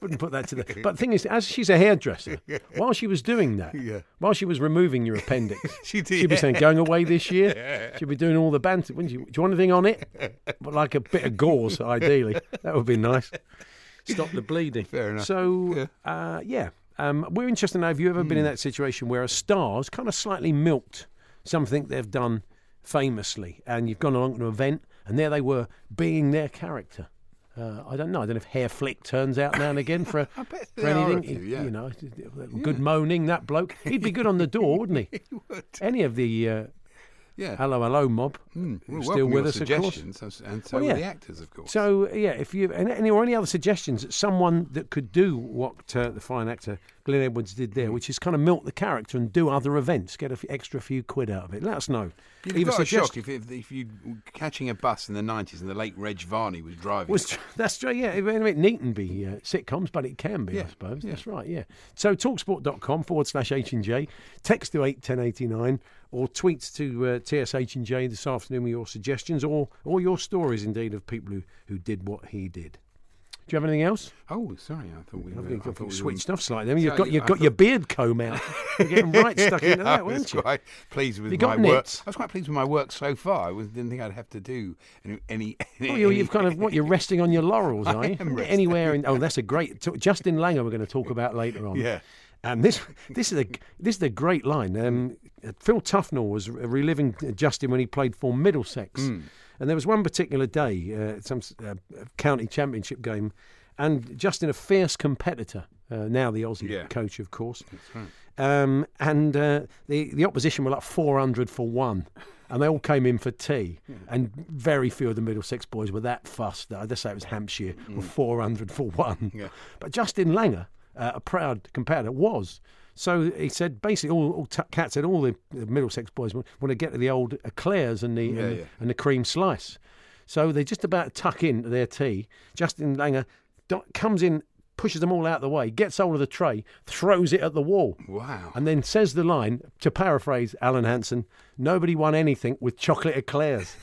wouldn't put that to the. But the thing is, as she's a hairdresser, while she was doing that, Yeah. while she was removing your appendix, She did, She'd be yeah. saying, "Going away this year." She'd be doing all the banter, wouldn't you? Do you want anything on it? But like a bit of gauze, ideally. That would be nice. Stop the bleeding. Fair enough. So, yeah. Uh, yeah. Um, we're interested to know have you ever been in Hmm. that situation where a star's kind of slightly milked something they've done famously, and you've gone along to an event, and there they were being their character. Uh, I don't know. I don't know if hair flick turns out now and again for, a, bet for there are a anything. few, yeah. You know, good moaning that bloke. He'd be good on the door, wouldn't he? he would. Any of the uh, yeah. Hmm. hello hello mob Well, who's welcome still with your us, of course. suggestions, and so- and so Well, were yeah. the actors, of course. So yeah, if you and any or any other suggestions, someone that could do what uh, the fine actor Glenn Edwards did Mm. there, which is kind of milk the character and do other events, get an extra few quid out of it. Let us know. You'd Either got a suggest- shock if, if, if you catching a bus in the nineties and the late Reg Varney was driving. Was that's true, yeah. It, it needn't be uh, sitcoms, but it can be, I suppose. That's right, yeah. So talksport.com forward slash H and J, text to eight ten eighty nine, or tweet to uh, TSH and J this afternoon with your suggestions, or or your stories indeed of people who, who did what he did. Do you have anything else? oh, sorry, I thought we were, I I think thought we I've were- switched off slightly. I mean, you've So got you- you've I got your thought- beard comb out. You're getting right stuck into I that, was weren't you? quite pleased with You got my work. nits? I was quite pleased with my work so far. I was- didn't think I'd have to do any. any, Oh, you're, you've kind of what you're resting on your laurels, are you? am resting. Anywhere in oh, that's a great t- Justin Langer. We're going to talk about later on. Yeah. And this this is a this is a great line. Um, Phil Tufnell was reliving Justin when he played for Middlesex, and there was one particular day, uh, some s- uh, county championship game, and Justin, a fierce competitor, uh, now the Aussie Yeah. coach, of course. Um, and uh, the the opposition were like 400 for one, and they all came in for tea. And very few of the Middlesex boys were that fussed. I just say it was Hampshire were 400 for one. But Justin Langer, uh, a proud competitor, was. So he said, basically, all, all t- Cat said, all the, the Middlesex boys want, want to get to the old eclairs and the, and, the yeah. and the cream slice. So they just about tuck into their tea. Justin Langer do- comes in, pushes them all out of the way, gets hold of the tray, throws it at the wall. Wow. And then says the line, to paraphrase Alan Hansen, nobody won anything with chocolate eclairs.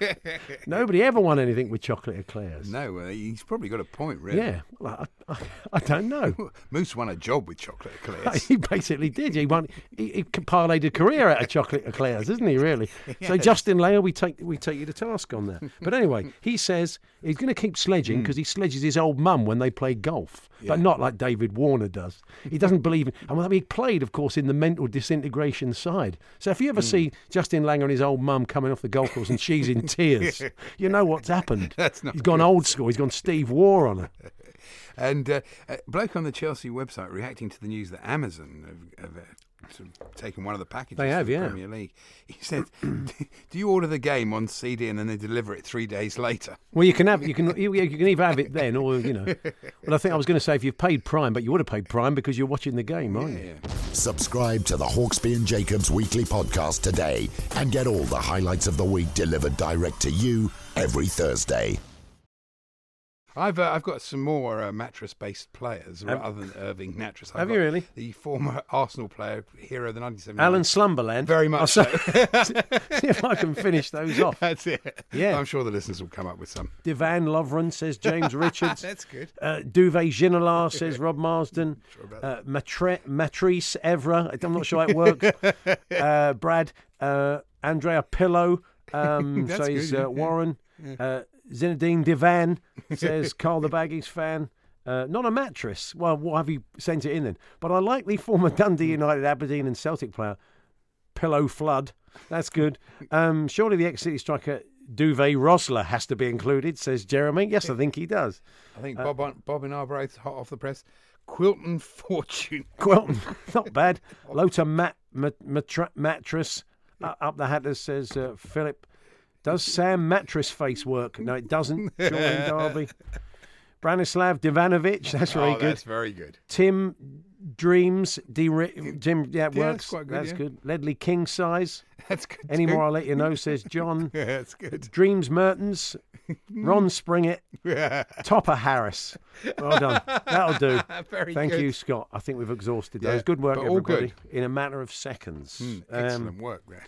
nobody ever won anything with chocolate eclairs. No, uh, he's probably got a point, really. Yeah, well, I, I, I don't know. Moose won a job with chocolate eclairs. he basically did. He won. He, he parlayed a career out of chocolate eclairs, isn't he? Really. So Justin Layer, we take we take you to task on that. But anyway, he says he's going to keep sledging Hmm. because he sledges his old mum when they play golf, but not like David Warner does. He doesn't believe. in And well, I mean, he played, of course, in the mental disintegration side. So if you Hmm. ever see Justin Langer and his old mum coming off the golf course and she's in tears, you know what's happened. That's not he's gone old school. He's gone Steve War on her. and uh, a bloke on the Chelsea website reacting to the news that Amazon have, have uh, sort of taken one of the packages They have, to the yeah. Premier League. He said, "Do you order the game on CD and then they deliver it three days later?" Well, you can have you can you, you can either have it then or you know. Well, I think I was going to say if you've paid Prime, but you would have paid Prime because you're watching the game, aren't you? Subscribe to the Hawksby and Jacobs weekly podcast today and get all the highlights of the week delivered direct to you every Thursday. I've uh, I've got some more uh, mattress-based players Have- rather than Irving Mattress. I've have got you really? The former Arsenal player, hero of the 1970s. Alan Slumberland. Very much I'll say- see if I can finish those off. That's it. Yeah. I'm sure the listeners will come up with some. Divan Lovren says James Richards. That's good. Uh, Duvet Ginola says Rob Marsden. Uh, Matre- Matrice Evra. I'm not sure how it works. uh, Brad. Uh, Andrea Pillow um, That's says good, uh, yeah. Warren. Uh, Zinedine Divan says Carl the Baggies fan. Uh, not a mattress. Well, what have you sent it in then? But I like the former Dundee Hmm. United, Aberdeen, and Celtic player Pillow Flood. That's good. Um, surely the ex City striker Duvet Rosler has to be included, says Jeremy. Yes, I think he does. I think Uh, Bob Bob, Bob in Arbroath, hot off the press. Quilton Fortune. Quilton, not bad. Lota mat, mat, matra, mattress uh, up the hatters says uh, Philip. Does Sam mattress face work? No, it doesn't. Jordan Darby, Branislav Divanovic. That's very oh, good. that's very good. Tim Dreams. D- Jim. Yeah, it Yeah, works. that's quite good, yeah. Ledley King size. That's good. Any too. more, I'll let you know. Says John. Yeah, that's good. Dreams Mertens, Ron Springett, Topper Harris. Well done. That'll do. Very Thank good. you, Scott. I think we've exhausted Yeah, those. Good work, but all everybody. good. Hmm, In a matter of seconds. Um, Excellent work there.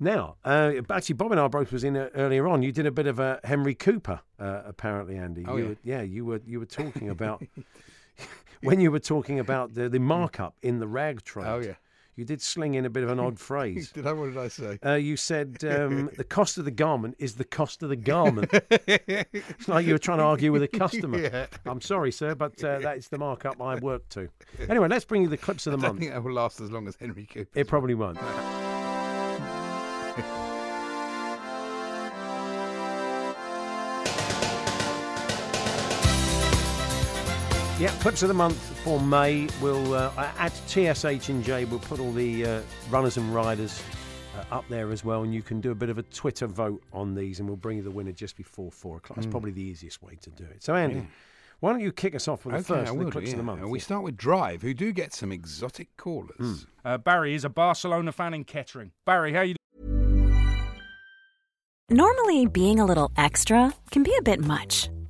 now, uh, actually, Bob and Arbroath was in uh, earlier on. You did a bit of a Henry Cooper, uh, apparently, Andy. Oh, you yeah. Were, yeah, you were you were talking about when you were talking about the, the markup in the rag trade. Hmm. Oh, yeah. you did sling in a bit of an odd phrase. Did I? What did I say? Uh, you said um, the cost of the garment is the cost of the garment. it's like you were trying to argue with a customer. I'm sorry, sir, but uh, that's the markup I work to. Anyway, let's bring you the clips of the I don't month. think that will last as long as Henry Cooper. It probably won't. Yeah, clips of the month for May. We'll uh, at TSH and J. We'll put all the uh, runners and riders uh, up there as well, and you can do a bit of a Twitter vote on these, and we'll bring you the winner just before four o'clock. Mm. That's probably the easiest way to do it. So, Andy, why don't you kick us off with the first I of will the do, clips of the yeah. month? Hmm. And we start with Drive, who do get some exotic callers. Uh, Barry is a Barcelona fan in Kettering. Barry, how you Normally, being a little extra can be a bit much,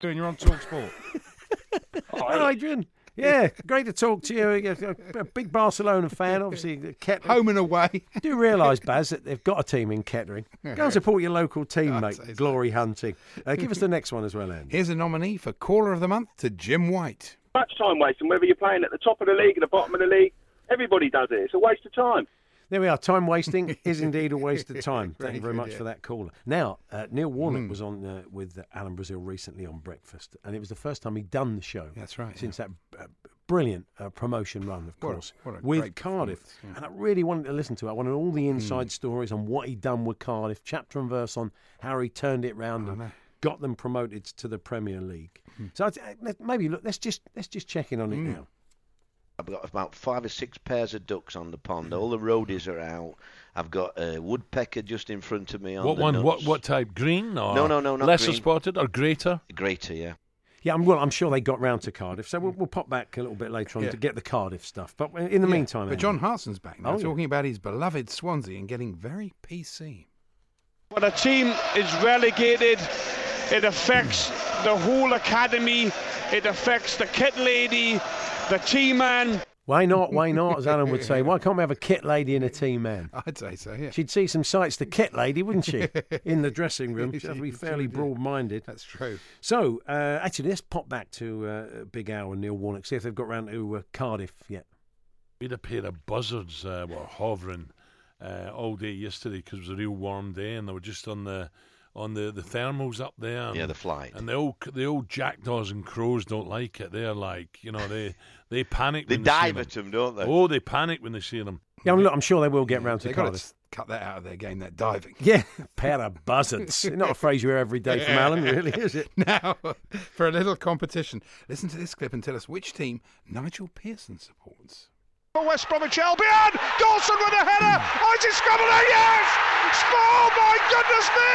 doing? You're on Talksport. Hi, Adrian. Yeah, great to talk to you. You're A a big Barcelona fan, obviously. Kettering. Home and away. Do you realise, Baz, that they've got a team in Kettering? Go and support your local team, mate. say so. Glory hunting. Uh, give us the next one as well, Andy. Here's a nominee for Caller of the Month to Jim White. much time wasting, whether you're playing at the top of the league or the bottom of the league. Everybody does it. It's a waste of time. There we are. Time wasting is indeed a waste of time. Thank you very much for that caller. Now, uh, Neil Hmm. Warnock was on uh, with uh, Alan Brazil recently on Breakfast, and it was the first time he'd done the show. That's right, Since that uh, brilliant uh, promotion run, of What a- course, what a with great Cardiff. performance, yeah. Hmm. And I really wanted to listen to it. I wanted all the inside stories on what he'd done with Cardiff, chapter and verse on how he turned it round and got them promoted to the Premier League. Hmm. So I'd, uh, let- maybe look, let's just let's just check in on it now. I've got about five or six pairs of ducks on the Mm. pond. All the roadies are out. I've got a woodpecker just in front of me on What the one? nuts. What what type? Green or No, no, no, not lesser green. spotted or greater? Greater, yeah. Yeah, I'm, well, I'm sure they got round to Cardiff, so we'll, we'll pop back a little bit later on Mm. Yeah. to get the Cardiff stuff. But in the Yeah, meantime, But Andy, John Hartson's back now, Oh, yeah. talking about his beloved Swansea and getting very PC. When a team is relegated, it affects the whole academy. It affects the kit lady, the team man. why not? Why not? As Alan would say, why can't we have a kit lady and a team man? I'd say so, yeah. She'd see some sights, the kit lady, wouldn't she? In the dressing room, she'd She- be she fairly would, yeah. broad-minded. That's true. So, uh, actually, let's pop back to uh, Big Al and Neil Warnock, see if they've got round to uh, Cardiff yet. We had a pair of buzzards uh, were hovering uh, all day yesterday because it was a real warm day, and they were just on the on the, the thermals up there. And, Yeah, the flight. And the old c- the old jackdaws and crows don't like it. They're like, you know, they they panic. They when dive they at see them. them, don't they? Oh, they panic when they see them. Yeah, I mean, look, I'm sure they will get round to They've got to Cardiff. s- cut that out of their game, that diving. Yeah, pair of buzzards. Not a phrase you hear every day from Alan, really, is it? Now, for a little competition, listen to this clip and tell us which team Nigel Pearson supports. For West Bromwich Albion, Dawson with a header. Is it scribbling? Yes! Sp- Oh my goodness me!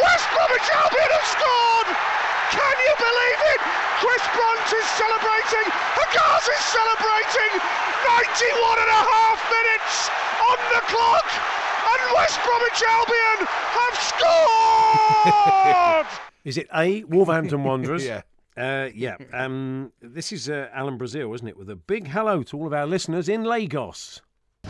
West Bromwich Albion have scored! Can you believe it? Chris Brunt is celebrating. Hagaz is celebrating. 91 and a half minutes on the clock, and West Bromwich Albion have scored! Is it A, Wolverhampton Wanderers? Yeah. Uh, yeah. Um, this is uh, Alan Brazil, isn't it? With a big hello to all of our listeners in Lagos.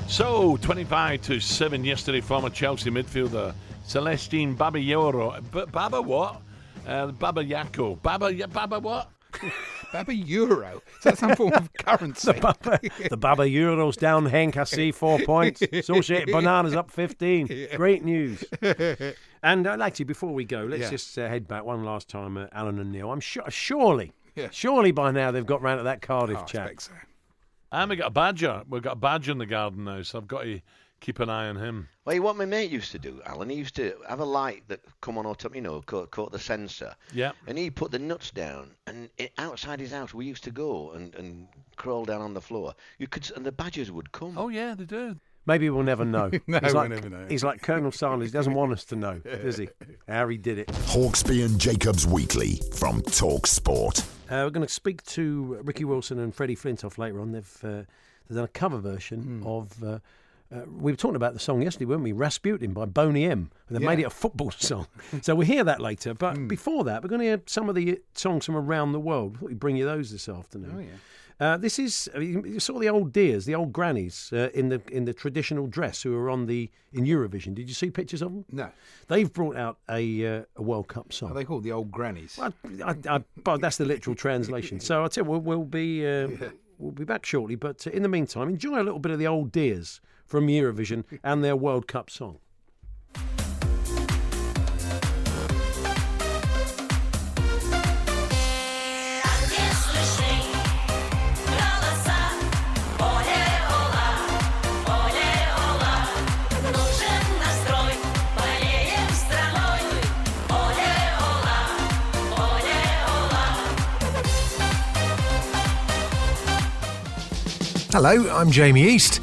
So, 25 to 7 yesterday, former Chelsea midfielder Celestine Babayoro. B- Baba what? Uh, Baba Yako. Baba, Y- Baba what? Baba Euro. Is that some form of currency? The Baba Euros down, Henk, I see four points. Associated Bananas up 15. Great news. And uh, actually, before we go, let's Yeah. just uh, head back one last time, uh, Alan and Neil. I'm sure, surely, Yeah. surely by now they've got round to that Cardiff Oh, I chat. expect And we got a badger. We've got a badger in the garden now, so I've got to keep an eye on him. Well, what my mate used to do, Alan, he used to have a light that come on autumn, you know, caught, caught the sensor. Yeah. And he put the nuts down, and it, outside his house, we used to go and, and crawl down on the floor. You could, s- and the badgers would come. Oh yeah, they do. Maybe we'll never know. No, he's we'll like, never know. He's like Colonel Sanders. He doesn't want us to know, does he? How he did it. Hawksby and Jacobs Weekly from Talk Sport. Uh, we're going to speak to Ricky Wilson and Freddie Flintoff later on. They've, uh, they've done a cover version Hmm. of. Uh, uh, we were talking about the song yesterday, weren't we? Rasputin by Boney M. And they made it a football song. so we'll hear that later. But Hmm. before that, we're going to hear some of the uh, songs from around the world. We thought we'd bring you those this afternoon. Oh, yeah. Uh, this is I mean, you saw the old dears, the old grannies uh, in the in the traditional dress who were on the in Eurovision. Did you see pictures of them? No. They've brought out a, uh, a World Cup song. Are they called the old grannies? I, I, I, but that's the literal translation. So I tell you, we'll, we'll be uh, we'll be back shortly. But uh, in the meantime, enjoy a little bit of the old dears from Eurovision and their World Cup song. Hello, I'm Jamie East.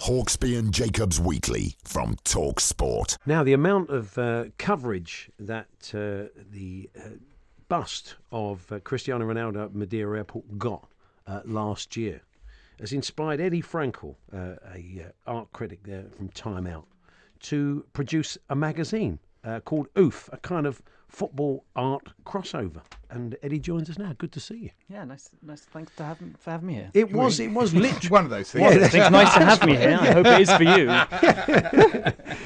Hawksby and Jacobs Weekly from Talk Sport. Now, the amount of uh, coverage that uh, the uh, bust of uh, Cristiano Ronaldo at Madeira Airport got uh, last year has inspired Eddie Frankel, uh, a uh, art critic there from Time Out, to produce a magazine uh, called Oof, a kind of football art crossover. And Eddie joins us now. Good to see you. Yeah, nice, nice. Thanks to have, for having me here. It was, it was literally One of those things. Yeah, I think it's nice to have me here. I hope it is for you.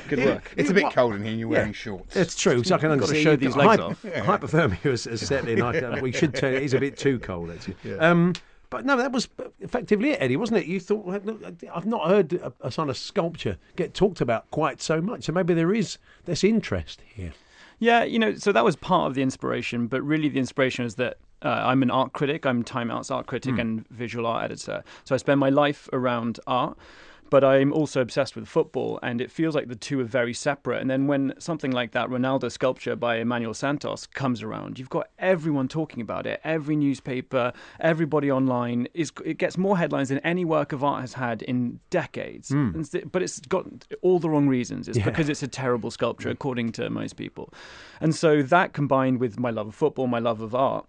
Good work. It's a bit cold in here. and You're wearing shorts. It's true. So I can Gotta understand. show these legs Hy- off. Hypothermia has, has set in. I can, we should turn. It is a bit too cold, actually. Yeah. Um, but no, that was effectively it, Eddie, wasn't it? You thought well, look, I've not heard a, a sort of sculpture get talked about quite so much. So maybe there is this interest here. Yeah, you know, so that was part of the inspiration, but really the inspiration is that uh, I'm an art critic, I'm Time Out's art critic Hmm. and visual art editor. So I spend my life around art, but I'm also obsessed with football, and it feels like the two are very separate. And then when something like that Ronaldo sculpture by Emmanuel Santos comes around, you've got everyone talking about it, every newspaper, everybody online. Is It gets more headlines than any work of art has had in decades. Hmm. And s- But it's got all the wrong reasons. It's Yeah. because it's a terrible sculpture, according to most people. And so that combined with my love of football, my love of art,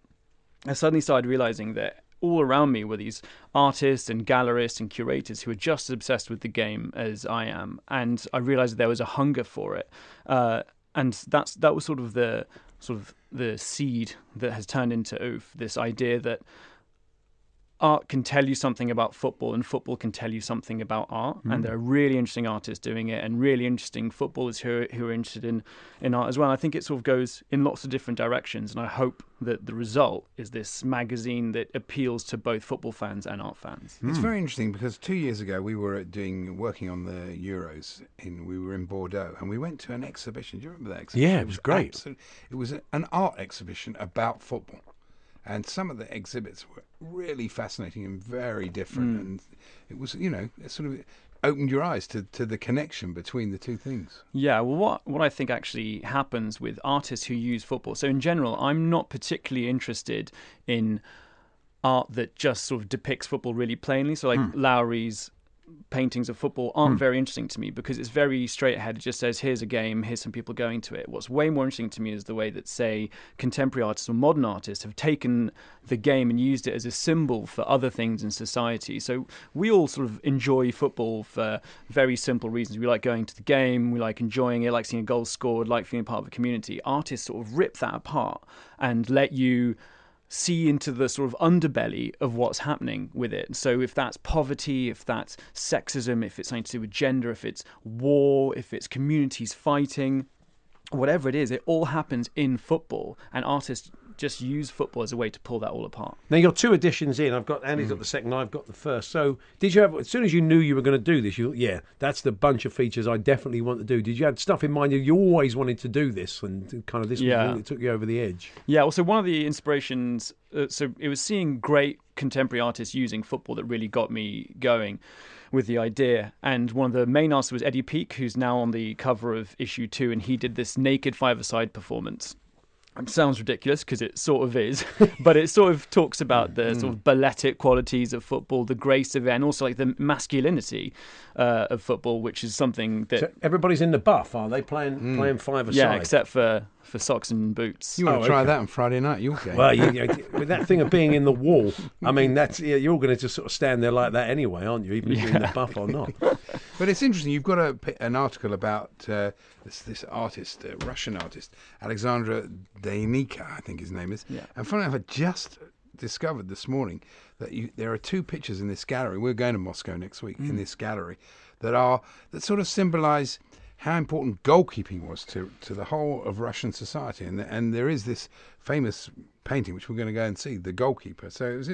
I suddenly started realizing that all around me were these artists and gallerists and curators who were just as obsessed with the game as I am. And I realized that there was a hunger for it. Uh, and that's that was sort of the sort of the seed that has turned into Oof, this idea that art can tell you something about football and football can tell you something about art Mm. and there are really interesting artists doing it and really interesting footballers who are, who are interested in, in art as well. I think it sort of goes in lots of different directions and I hope that the result is this magazine that appeals to both football fans and art fans. Hmm. It's very interesting because two years ago we were at doing working on the Euros in we were in Bordeaux and we went to an exhibition. Do you remember that exhibition? Yeah, it was great. absolute- it was a- an art exhibition about football, and some of the exhibits were really fascinating and very different. Hmm. Mm. And it was you know it sort of opened your eyes to, to the connection between the two things. Yeah, well, what what I think actually happens with artists who use football. So in general, I'm not particularly interested in art that just sort of depicts football really plainly. So like Lowry's paintings of football aren't Hmm. very interesting to me because it's very straight ahead. It just says here's a game, here's some people going to it. What's way more interesting to me is the way that say contemporary artists or modern artists have taken the game and used it as a symbol for other things in society. So we all sort of enjoy football for very simple reasons. We like going to the game, we like enjoying it, like seeing a goal scored, like feeling part of a community. Artists sort of rip that apart and let you see into the sort of underbelly of what's happening with it. So if that's poverty, if that's sexism, if it's something to do with gender, if it's war, if it's communities fighting, whatever it is, it all happens in football and artists just use football as a way to pull that all apart. Now you're two editions in. I've got Andy's Mm. got the second. I've got the first. So did you have? As soon as you knew you were going to do this, you yeah, that's the bunch of features I definitely want to do. Did you have stuff in mind? that You always wanted to do this, and kind of this was the Yeah. thing that took you over the edge. Yeah, also one of the inspirations, uh, so it was seeing great contemporary artists using football that really got me going with the idea. And one of the main artists was Eddie Peake, who's now on the cover of issue two, and he did this naked five-a-side performance. It sounds ridiculous because it sort of is, but it sort of talks about the sort of balletic qualities of football, the grace of it, and also like the masculinity uh, of football, which is something that So everybody's in the buff, are they playing playing five a Mm. yeah, except for for socks and boots. You Oh, want to try that on Friday night? You'll get. Well, you, you, with that thing of being in the wall, I mean, that's yeah, you're going to just sort of stand there like that anyway, aren't you? Even if you're in the Yeah. buff or not. But it's interesting. You've got a, pi- an article about uh, this, this artist, uh, Russian artist, Alexandra Deinika, I think his name is. Yeah. And funny enough, I just discovered this morning that you, there are two pictures in this gallery. We're going to Moscow next week in this gallery that are that sort of symbolise how important goalkeeping was to, to the whole of Russian society. And the, and there is this famous painting which we're going to go and see, the goalkeeper. So it was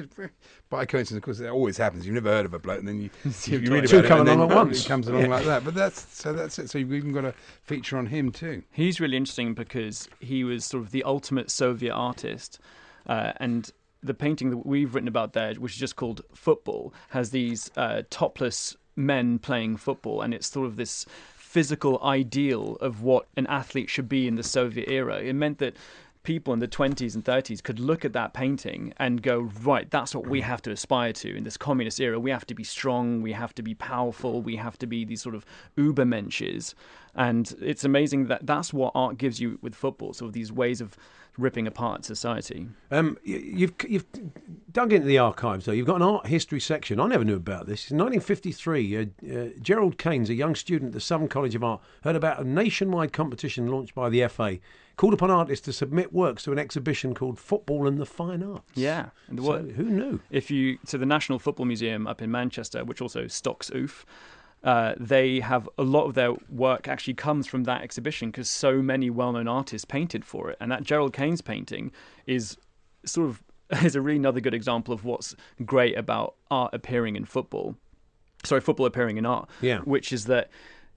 by coincidence, of course, it always happens. You've never heard of a bloke, and then you you, you read Two about it come and then along at once. It comes along Yeah. like that. But that's so that's it. So you've even got a feature on him too. He's really interesting because he was sort of the ultimate Soviet artist, uh, and the painting that we've written about there, which is just called Football, has these uh, topless men playing football, and it's sort of this physical ideal of what an athlete should be in the Soviet era. It meant that people in the 20s and 30s could look at that painting and go right that's what we have to aspire to in this communist era we have to be strong we have to be powerful we have to be these sort of ubermensches and it's amazing that that's what art gives you with football sort of these ways of ripping apart society Um, y- you've you've dug into the archives though. You've got an art history section. I never knew about this. In 1953, uh, uh, Gerald Keynes, a young student at the Southern College of Art, heard about a nationwide competition launched by the FA, called upon artists to submit works to an exhibition called "Football and the Fine Arts." Yeah, and So, what- who knew? If you so the National Football Museum up in Manchester, which also stocks OOF, uh, they have a lot of their work actually comes from that exhibition because so many well-known artists painted for it, and that Gerald Keynes painting is sort of is a really another good example of what's great about art appearing in football. Sorry, football appearing in art. Yeah. which is that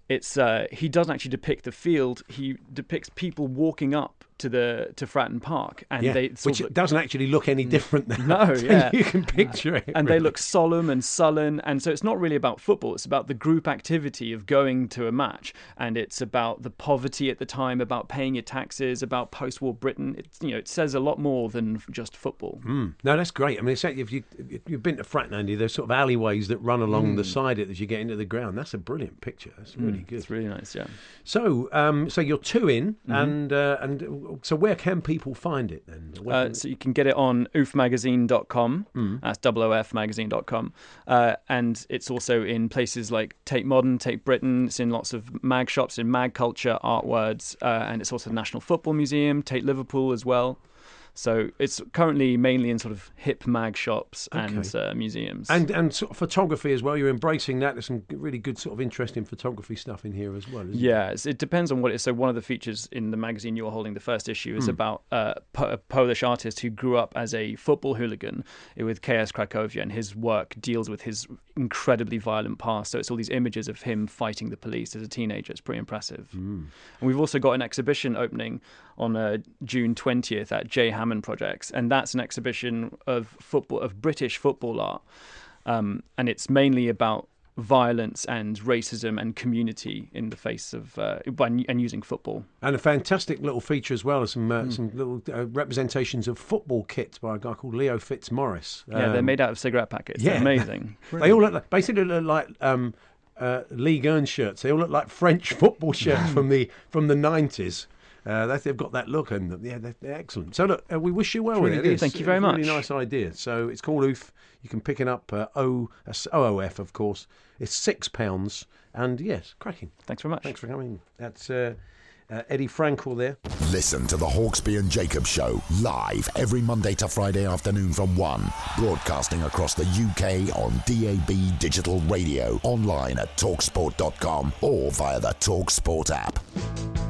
it's uh, he doesn't actually depict the field. He depicts people walking up to the to Fratton Park, and Yeah, they sort which of- Mm. it doesn't actually look any different now. no, than yeah. you can picture it. And they look solemn and sullen. And so it's not really about football. It's about the group activity of going to a match. And it's about the poverty at the time, about paying your taxes, about post war Britain. It, you know, it says a lot more than just football. Mm. No, that's great. I mean, it's, like if, you, if you've been to Fratton, Andy, there's sort of alleyways that run along the Mm. side of it as you get into the ground. That's a brilliant picture. That's really Mm, good. It's really nice, yeah. So, um, so you're two in, Mhm. and uh, and So where can people find it then? Where Uh, can- so you can get it on oofmagazine.com. Mm. That's oofmagazine.com. Uh, and it's also in places like Tate Modern, Tate Britain. It's in lots of mag shops, in mag culture, art words. Uh, and it's also the National Football Museum, Tate Liverpool as well. So it's currently mainly in sort of hip mag shops and Okay. uh, museums. and and sort of photography as well. You're embracing that. There's some really good sort of interesting photography stuff in here as well. Isn't Yeah, it's, it depends on what it is. So one of the features in the magazine you're holding, the first issue, is Hmm. about uh, po- a Polish artist who grew up as a football hooligan with KS Cracovia, and his work deals with his incredibly violent past. So it's all these images of him fighting the police as a teenager. It's pretty impressive. Hmm. And we've also got an exhibition opening on uh, June 20th at J Hammond Projects, and that's an exhibition of football of British football art, um, and it's mainly about violence and racism and community in the face of uh, by, and using football. And a fantastic little feature as well. Some Mm. uh, some little uh, representations of football kits by a guy called Leo Fitzmaurice. yeah, they're Um, made out of cigarette packets. yeah. They're amazing. They all look like, basically look like um, uh, League Earn shirts. They all look like French football shirts from the from the nineties. Uh, that, they've got that look and yeah, they're, they're excellent. So look, uh, we wish you well It's with really it. good. It's- Thank you very it's a Really much. nice idea. So it's called OOF. You can pick it up uh, O that's OOF of course. It's six pounds and yes, cracking. Thanks very much. Thanks for coming. That's uh, uh, Eddie Frankel there. Listen to the Hawksby and Jacob Show live every Monday to Friday afternoon from 1, broadcasting across the UK on DAB digital radio, online at talksport.com or via the Talksport app.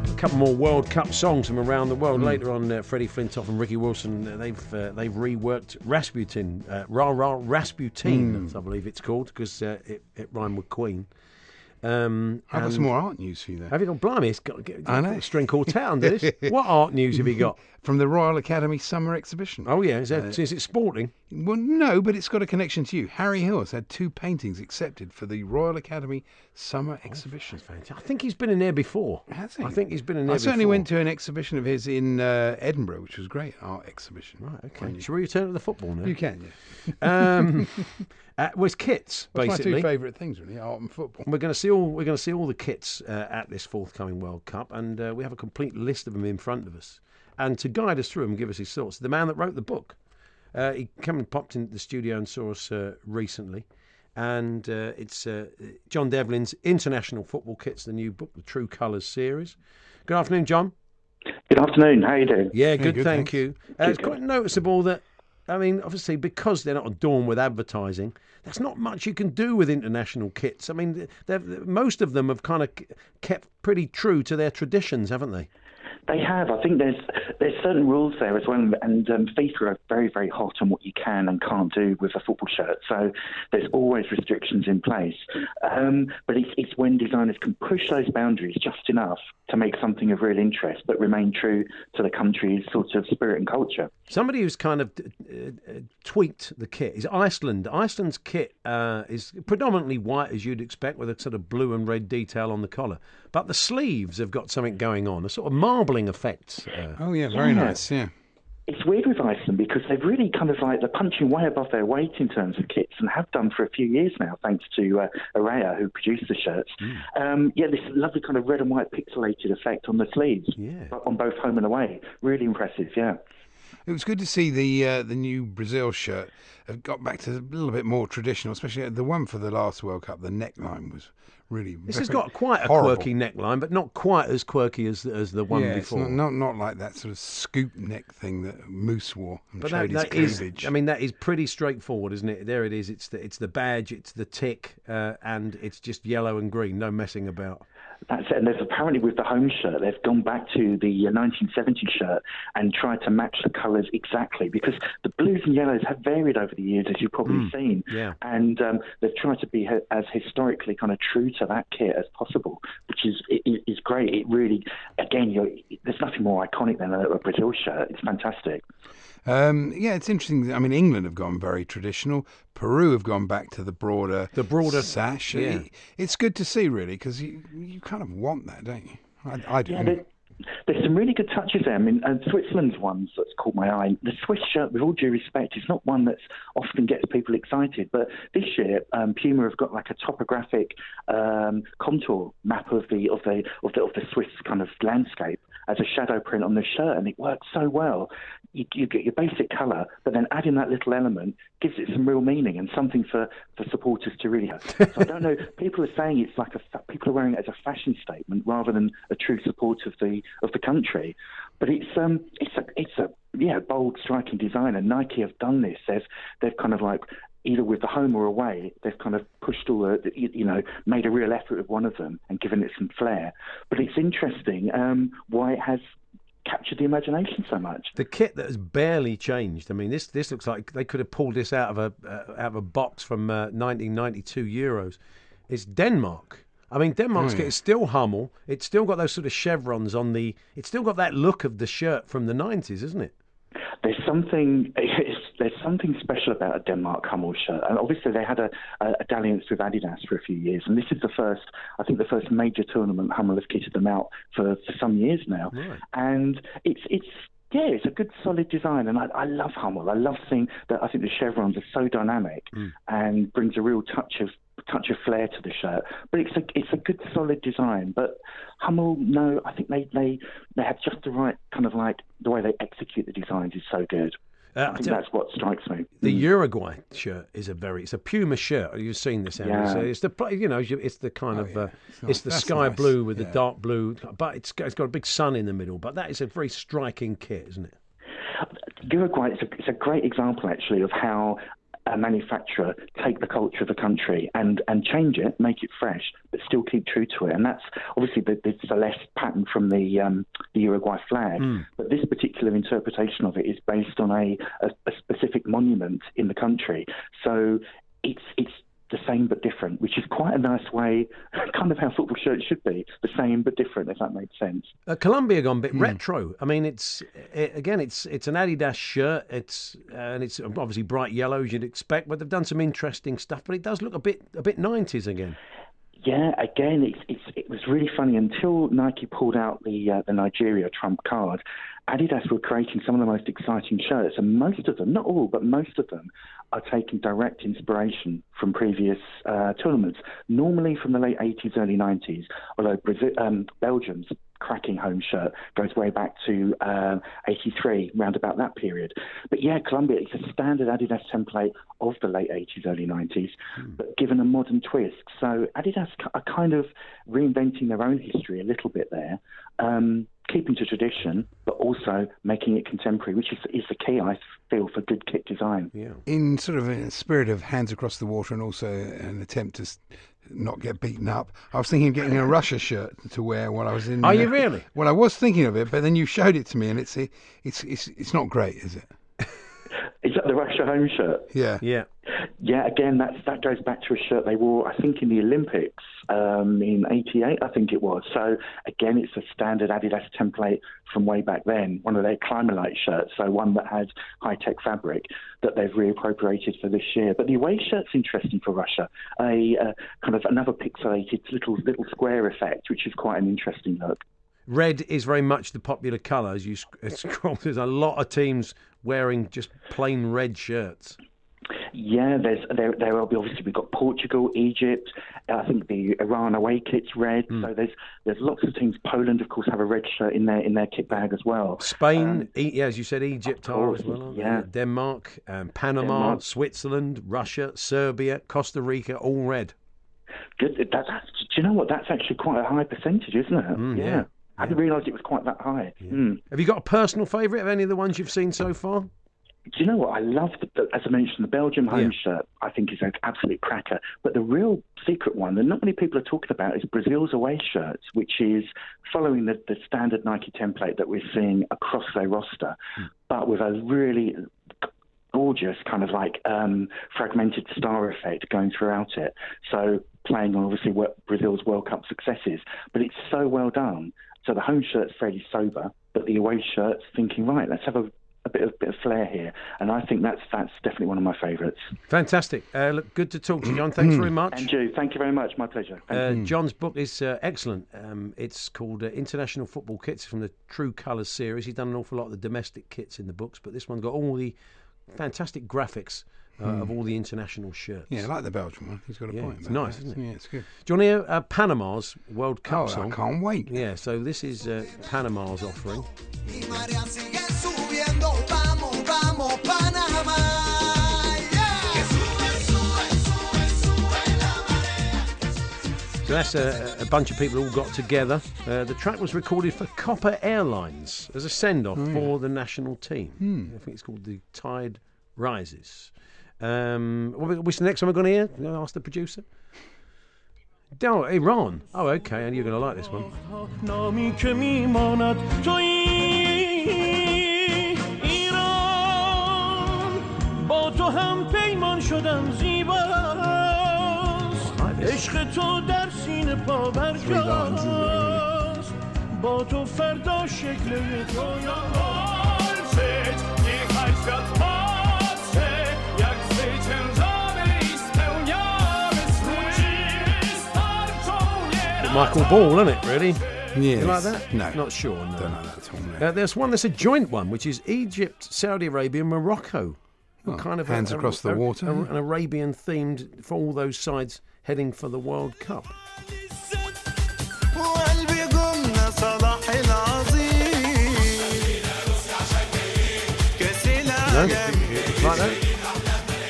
A couple more World Cup songs from around the world. Hmm. Later on, uh, Freddie Flintoff and Ricky Wilson, uh, they've uh, they've reworked Rasputin, uh, Ra Ra Hmm. Rasputin, I believe it's called, because uh, it, it rhymed with Queen. Um, I've got and- some more art news for you there. Have you got blimey? It's got, get, I know. string quartet under this. what art news have you got? From the Royal Academy Summer Exhibition. Oh, yeah. Is, that, Uh, is it sporting? Well, no, but it's got a connection to you. Harry Hill has had two paintings accepted for the Royal Academy Summer Exhibition. I think he's been in there before. Has he? I think he's been in there. I certainly before. went to an exhibition of his in uh, Edinburgh, which was great, an art exhibition. Right, Okay. Shall we return to the football now? You can, yeah. Um, uh, was kits That's my basically two favourite things, really, art and football. We're going to see all we're going to see all the kits uh, at this forthcoming World Cup, and uh, we have a complete list of them in front of us. And to guide us through them, give us his thoughts. The man that wrote the book, uh, he came and popped into the studio and saw us uh, recently, and uh, it's uh, John Devlin's International Football Kits, the new book, the True Colours series. Good afternoon, John. Good afternoon. How you doing? Yeah, good. thank you. Uh, it's quite noticeable that, I mean, obviously because they're not adorned with advertising, there's not much you can do with international kits. I mean, th- they've, th- most of them have kind of k- kept pretty true to their traditions, haven't they? They have. I think there's there's certain rules there as well, and um, FIFA are very very hot on what you can and can't do with a football shirt. So there's always restrictions in place. Um, but it's, it's when designers can push those boundaries just enough to make something of real interest, but remain true to the country's sort of spirit and culture. Somebody who's kind of uh, uh, tweaked the kit is Iceland. Iceland's kit uh, is predominantly white, as you'd expect, with a sort of blue and red detail on the collar. But the sleeves have got something going on, a sort of marbling effect. Uh, oh, yeah, very nice, yeah. It's weird with Iceland because they've really kind of like they're punching way above their weight in terms of kits and have done for a few years now, thanks to uh, Araya who produced the shirts. Um, yeah, this lovely kind of red and white pixelated effect on the sleeves, yeah. on both home and away. Really impressive, yeah. It was good to see the uh, the new Brazil shirt. Have got back to a little bit more traditional, especially the one for the last World Cup. The neckline was really. This has very got quite a horrible. quirky neckline, but not quite as quirky as as the one yeah, it's before. not, not not like that sort of scoop neck thing that Moose wore and but that, showed that his is, cleavage. I mean, that is pretty straightforward, isn't it? There it is. It's the it's the badge, it's the tick, uh, and it's just yellow and green. No messing about. That's it. And there's apparently with the home shirt, they've gone back to the 1970 shirt and tried to match the colours exactly because the blues and yellows have varied over the years, as you've probably Mm. seen. Yeah. And um, they've tried to be he- as historically kind of true to that kit as possible, which is i- i- is great. It really, again, you're, there's nothing more iconic than a, a Brazil shirt. It's fantastic. Um, yeah, it's interesting. I mean, England have gone very traditional. Peru have gone back to the broader, the broader- sash. yeah. It- it's good to see, really, because you you kind of want that, don't you? I, I do. Yeah, there, There's some really good touches there. I mean, uh, Switzerland's one that's caught my eye. The Swiss shirt, with all due respect, is not one that's often gets people excited. But this year, um, Puma have got like a topographic um, contour map of the of the of the of the Swiss kind of landscape as a shadow print on the shirt, and it works so well. You, you get your basic colour, but then adding that little element gives it some real meaning and something for, for supporters to really have. So I don't know. People are saying it's like a fa- people are wearing it as a fashion statement rather than a true support of the of the country. But it's um it's a it's a yeah bold striking design, and Nike have done this. They've they've kind of like either with the home or away, they've kind of pushed all the, you you know, made a real effort with one of them and given it some flair. But it's interesting um, why it has captured the imagination so much. The kit that has barely changed. I mean, this this looks like they could have pulled this out of a uh, out of a box from uh, 1992 Euros. It's Denmark. I mean, Denmark's Oh, kit yeah. is still Hummel. It's still got those sort of chevrons on the. It's still got that look of the shirt from the 90s, isn't it? There's something it's, there's something special about a Denmark Hummel shirt, and obviously they had a, a, a dalliance with Adidas for a few years, and this is the first I think the first major tournament Hummel have kitted them out for, for some years now, and it's it's. Yeah, it's a good solid design, and I, I love Hummel. I love seeing that. I think the chevrons are so dynamic, and brings a real touch of touch of flair to the shirt. But it's a it's a good solid design. But Hummel, no, I think they they they have just the right kind of like the way they execute the designs is so good. Uh, I I think tell- that's Hmm. what strikes me. The Uruguay shirt is a very it's a Puma shirt. You've seen this, Andy. Yeah. Oh, So it's the pla- you know it's the kind of uh, it's, nice. the That's sky nice. blue with Yeah. the dark blue, but it's got, it's got a big sun in the middle. But that is a very striking kit, isn't it? Uruguay is a, it's a great example actually of how a manufacturer take the culture of a country and, and change it, make it fresh, but still keep true to it. And that's obviously the, the Celeste pattern from the um, the Uruguay flag. Mm. But this particular interpretation of it is based on a, a, a specific monument in the country. So it's it's the same but different, which is quite a nice way, kind of how football shirts should be, the same but different, if that made sense. Uh, Columbia gone a Hmm. bit retro. I mean, it's it, again, it's it's an Adidas shirt. It's uh, and it's obviously bright yellow as you'd expect, but they've done some interesting stuff. But it does look a bit a bit nineties again. Yeah, again, it's, it's, it was really funny until Nike pulled out the uh, the Nigeria trump card. Adidas were creating some of the most exciting shirts, and most of them, not all, but most of them, are taking direct inspiration from previous uh, tournaments, normally from the late 80s, early 90s. Although Brazil, um, Belgium's cracking home shirt goes way back to uh, 83, round about that period. But yeah, Columbia, it's a standard Adidas template of the late 80s, early 90s, but given a modern twist. So Adidas k- are kind of reinventing their own history a little bit there, um, keeping to tradition, but also making it contemporary, which is, is the key, I feel, for good kit design. Yeah. in sort of a spirit of hands across the water and also an attempt to s- not get beaten up. I was thinking of getting a Russia shirt to wear while I was in. Are you really? Well, I was thinking of it, but then you showed it to me, and it's it's it's it's not great, is it? Is that the Russia home shirt? Yeah. Yeah. Yeah, again, that's, that goes back to a shirt they wore, I think, in the Olympics um, in 88, I think it was. So, again, it's a standard Adidas template from way back then, one of their Climalite shirts, so one that has high tech fabric that they've reappropriated for this year. But the away shirt's interesting for Russia, a uh, kind of another pixelated little, little square effect, which is quite an interesting look. Red is very much the popular colour. As you sc- uh, scroll, there's a lot of teams wearing just plain red shirts. Yeah, there's there there will be obviously we've got Portugal, Egypt, uh, I think the Iran away kit's red. Hmm. So there's there's lots of teams. Poland, of course, have a red shirt in their in their kit bag as well. Spain, e- yeah, as you said, Egypt are as Um, course, well. aren't they? yeah. Denmark, um, Panama, Denmark. Switzerland, Russia, Serbia, Costa Rica, all red. Good. That, that's, do you know what? That's actually quite a high percentage, isn't it? Mm, yeah. I didn't realise it was quite that high. Mm. Have you got a personal favourite of any of the ones you've seen so far? Do you know what? I love, the, the- as I mentioned, the Belgium home shirt, I think is an absolute cracker. But the real secret one that not many people are talking about is Brazil's away shirts, which is following the, the standard Nike template that we're seeing across their roster, but with a really gorgeous kind of like um, fragmented star effect going throughout it. So playing on obviously what Brazil's World Cup successes, but it's so well done. So the home shirt's fairly sober, but the away shirt's thinking, right, let's have a, a bit of bit of flair here, and I think that's that's definitely one of my favourites. Fantastic. Uh, look, good to talk to you, John. Thanks very much. And you, thank you very much. My pleasure. Thank Uh, you. John's book is uh, excellent. Um, it's called uh, International Football Kits from the True Colours series. He's done an awful lot of the domestic kits in the books, but this one's got all the fantastic graphics uh, Hmm. of all the international shirts. Yeah, I like the Belgian one. He's got a Yeah, point. It's about nice, that. isn't it? Yeah, it's good. Do you want to hear uh, Panama's World Cup Oh, I song? can't wait. Yeah, so this is uh, Panama's offering. Y marea sigue subiendo, vamos, vamos, Panamá. Yeah. Que sube, sube, sube, sube la So that's a, a bunch of people all got together. Uh, the track was recorded for Copper Airlines as a send off Oh, yeah. for the national team. Hmm. I think it's called The Tide Rises. Um, what- what's the next one we're going to hear? Can I ask the producer. Oh, Iran. Oh, okay, and you're going to like this one. نامی که میماند تویی ایران با تو هم پیمان شدم زیباست عشق تو در سینه پا برجاست با تو فردا شکل دنیا آرزت niechaj świat patrzy, jak zwyciężamy i spełniamy swój starczą nie Michael Ball, isn't it, really? Yeah. You like that? No. Not sure, no. Don't like that at all. No. Uh, there's one that's a joint one, which is Egypt, Saudi Arabia, and Morocco. A Oh, kind of hands across the water. a- an Arabian themed for all those sides heading for the World Cup. وقلبي جملة صلاح العظيم كاس العالم Like that?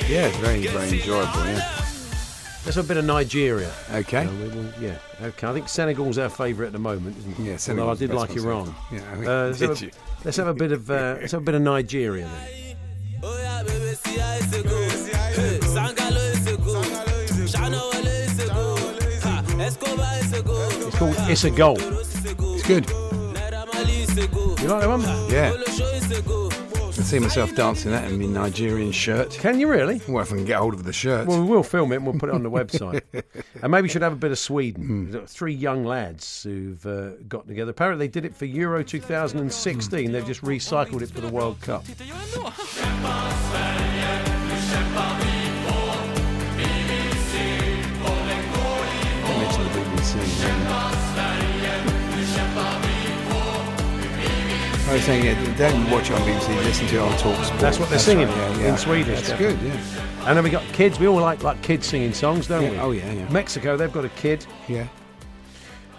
Yeah, it's very, very enjoyable. Yeah. There's a bit of Nigeria. Okay. You know, we will- yeah. Okay. I think Senegal's our favourite at the moment, isn't it? Yeah, Although I Senegal's did the best like one so Iran. Uh, far. Yeah, I think- let's, have Did you? a, let's have a bit of uh, let's have a bit of Nigeria then. It's called It's a Goal. It's good. You like that one? Yeah. I can see myself dancing that in my Nigerian shirt. Can you really? Well, if I can get hold of the shirt. Well, we will film it and we'll put it on the website. and maybe we should have a bit of Hmm. Sweden. There's Three young lads who've uh, got together. Apparently, they did it for Euro 2016. They've just recycled it for the World Cup. Mention the BBC. I was saying, yeah, don't watch it on BBC, listen to it on Talk Sport. That's what they're singing right, yeah, yeah. in Swedish. That's definitely. good, yeah. And then we got kids. We all like like kids singing songs, don't Yeah, we? oh, yeah, yeah. Mexico, they've got a kid. Yeah.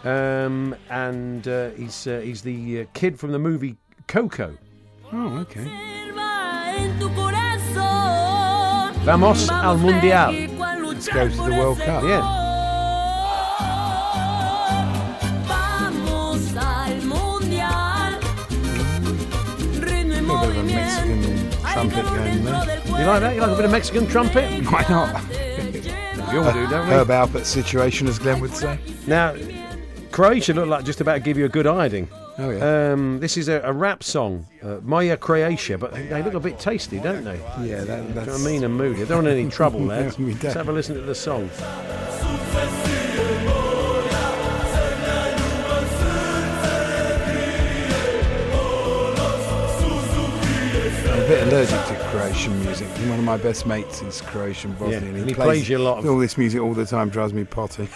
Um, and uh, he's uh, he's the uh, kid from the movie Coco. Oh, okay. en tu corazón. Vamos al mundial. México, a luchar por ese Yeah. Vamos al mundial. Ritmo y A bit of a Mexican trumpet going there. You like that? You like a bit of Mexican trumpet? Why not? We all do, don't we? Herb Alpert situation, as Glenn would say. Now, Croatia looked like just about to give you a good hiding. Oh, yeah. Um, this is a, a rap song, uh, Maya Croatia, but they look a bit tasty, don't they? Yeah, Do you know what that's- I mean? And moody. I don't want any trouble, No, lads. we Let's don't. have a listen to the song. I'm a bit allergic to Croatian music. One of my best mates is Croatian Bosnian. and he plays you a lot of- all this music all the time. Drives me potty.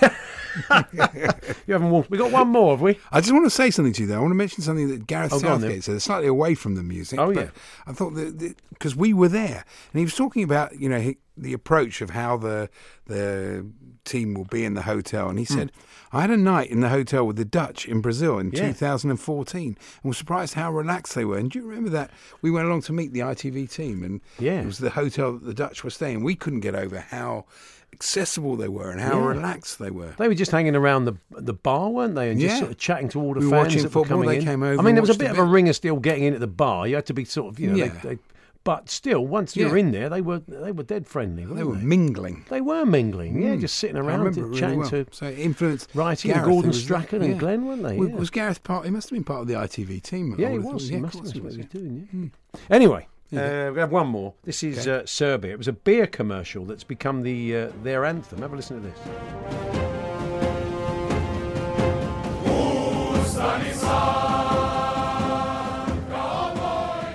You haven't walked. We got one more, have we? I just want to say something to you, though. I want to mention something that Gareth Oh, go on then. Southgate said, slightly away from the music. Oh, but yeah. I thought that because we were there, and he was talking about you know he, the approach of how the the team will be in the hotel, and he Hmm. said, "I had a night in the hotel with the Dutch in Brazil in Yeah. 2014, and was surprised how relaxed they were." And do you remember that we went along to meet the ITV team, and Yeah. it was the hotel that the Dutch were staying. We couldn't get over how accessible they were and how Yeah. relaxed they were. They were just hanging around the the bar, weren't they? And just Yeah. sort of chatting to all the We were fans watching that football, were coming they in. came I over mean, and there was a watched a bit of a bit. ringer still getting in at the bar. You had to be sort of, you know, Yeah. they, they, but still, once you're Yeah. in there, they were they were dead friendly. Weren't They were mingling. They were mingling, yeah, Mm. just sitting I around remember it really chatting well. to so it influenced writing Gareth, who Gordon was- Strachan and yeah. Glenn, weren't they? Was, Yeah. was Gareth part? He must have been part of the ITV team. I Yeah, he would have was. thought. Oh, He Yeah, of must have course been what he was yeah. doing. Yeah. Anyway, Yeah. uh, we're going to have one more. This is Okay. uh, Serbia. It was a beer commercial that's become the uh, their anthem. Have a listen to this. Ustani sad, kao moj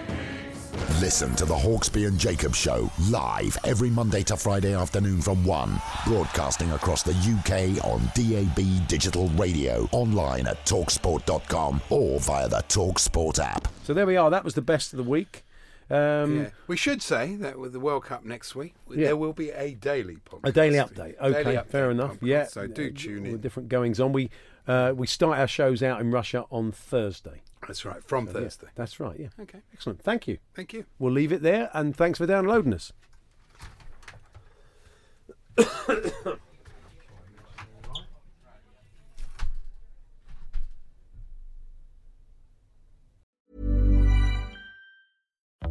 Listen to the Hawksby and Jacob Show live every Monday to Friday afternoon from 1, broadcasting across the UK on DAB digital radio, online at talksport.com or via the Talksport app. So there we are. That was the best of the week. Um, Yeah. We should say that with the World Cup next week, Yeah. there will be a daily podcast. A daily update. Okay, Daily update fair enough. podcast, yeah. So do tune All in. the different goings on. We uh, we start our shows out in Russia on Thursday. That's right, from So, yeah, Thursday. that's right. Yeah. Okay. Excellent. Thank you. Thank you. We'll leave it there, and thanks for downloading us.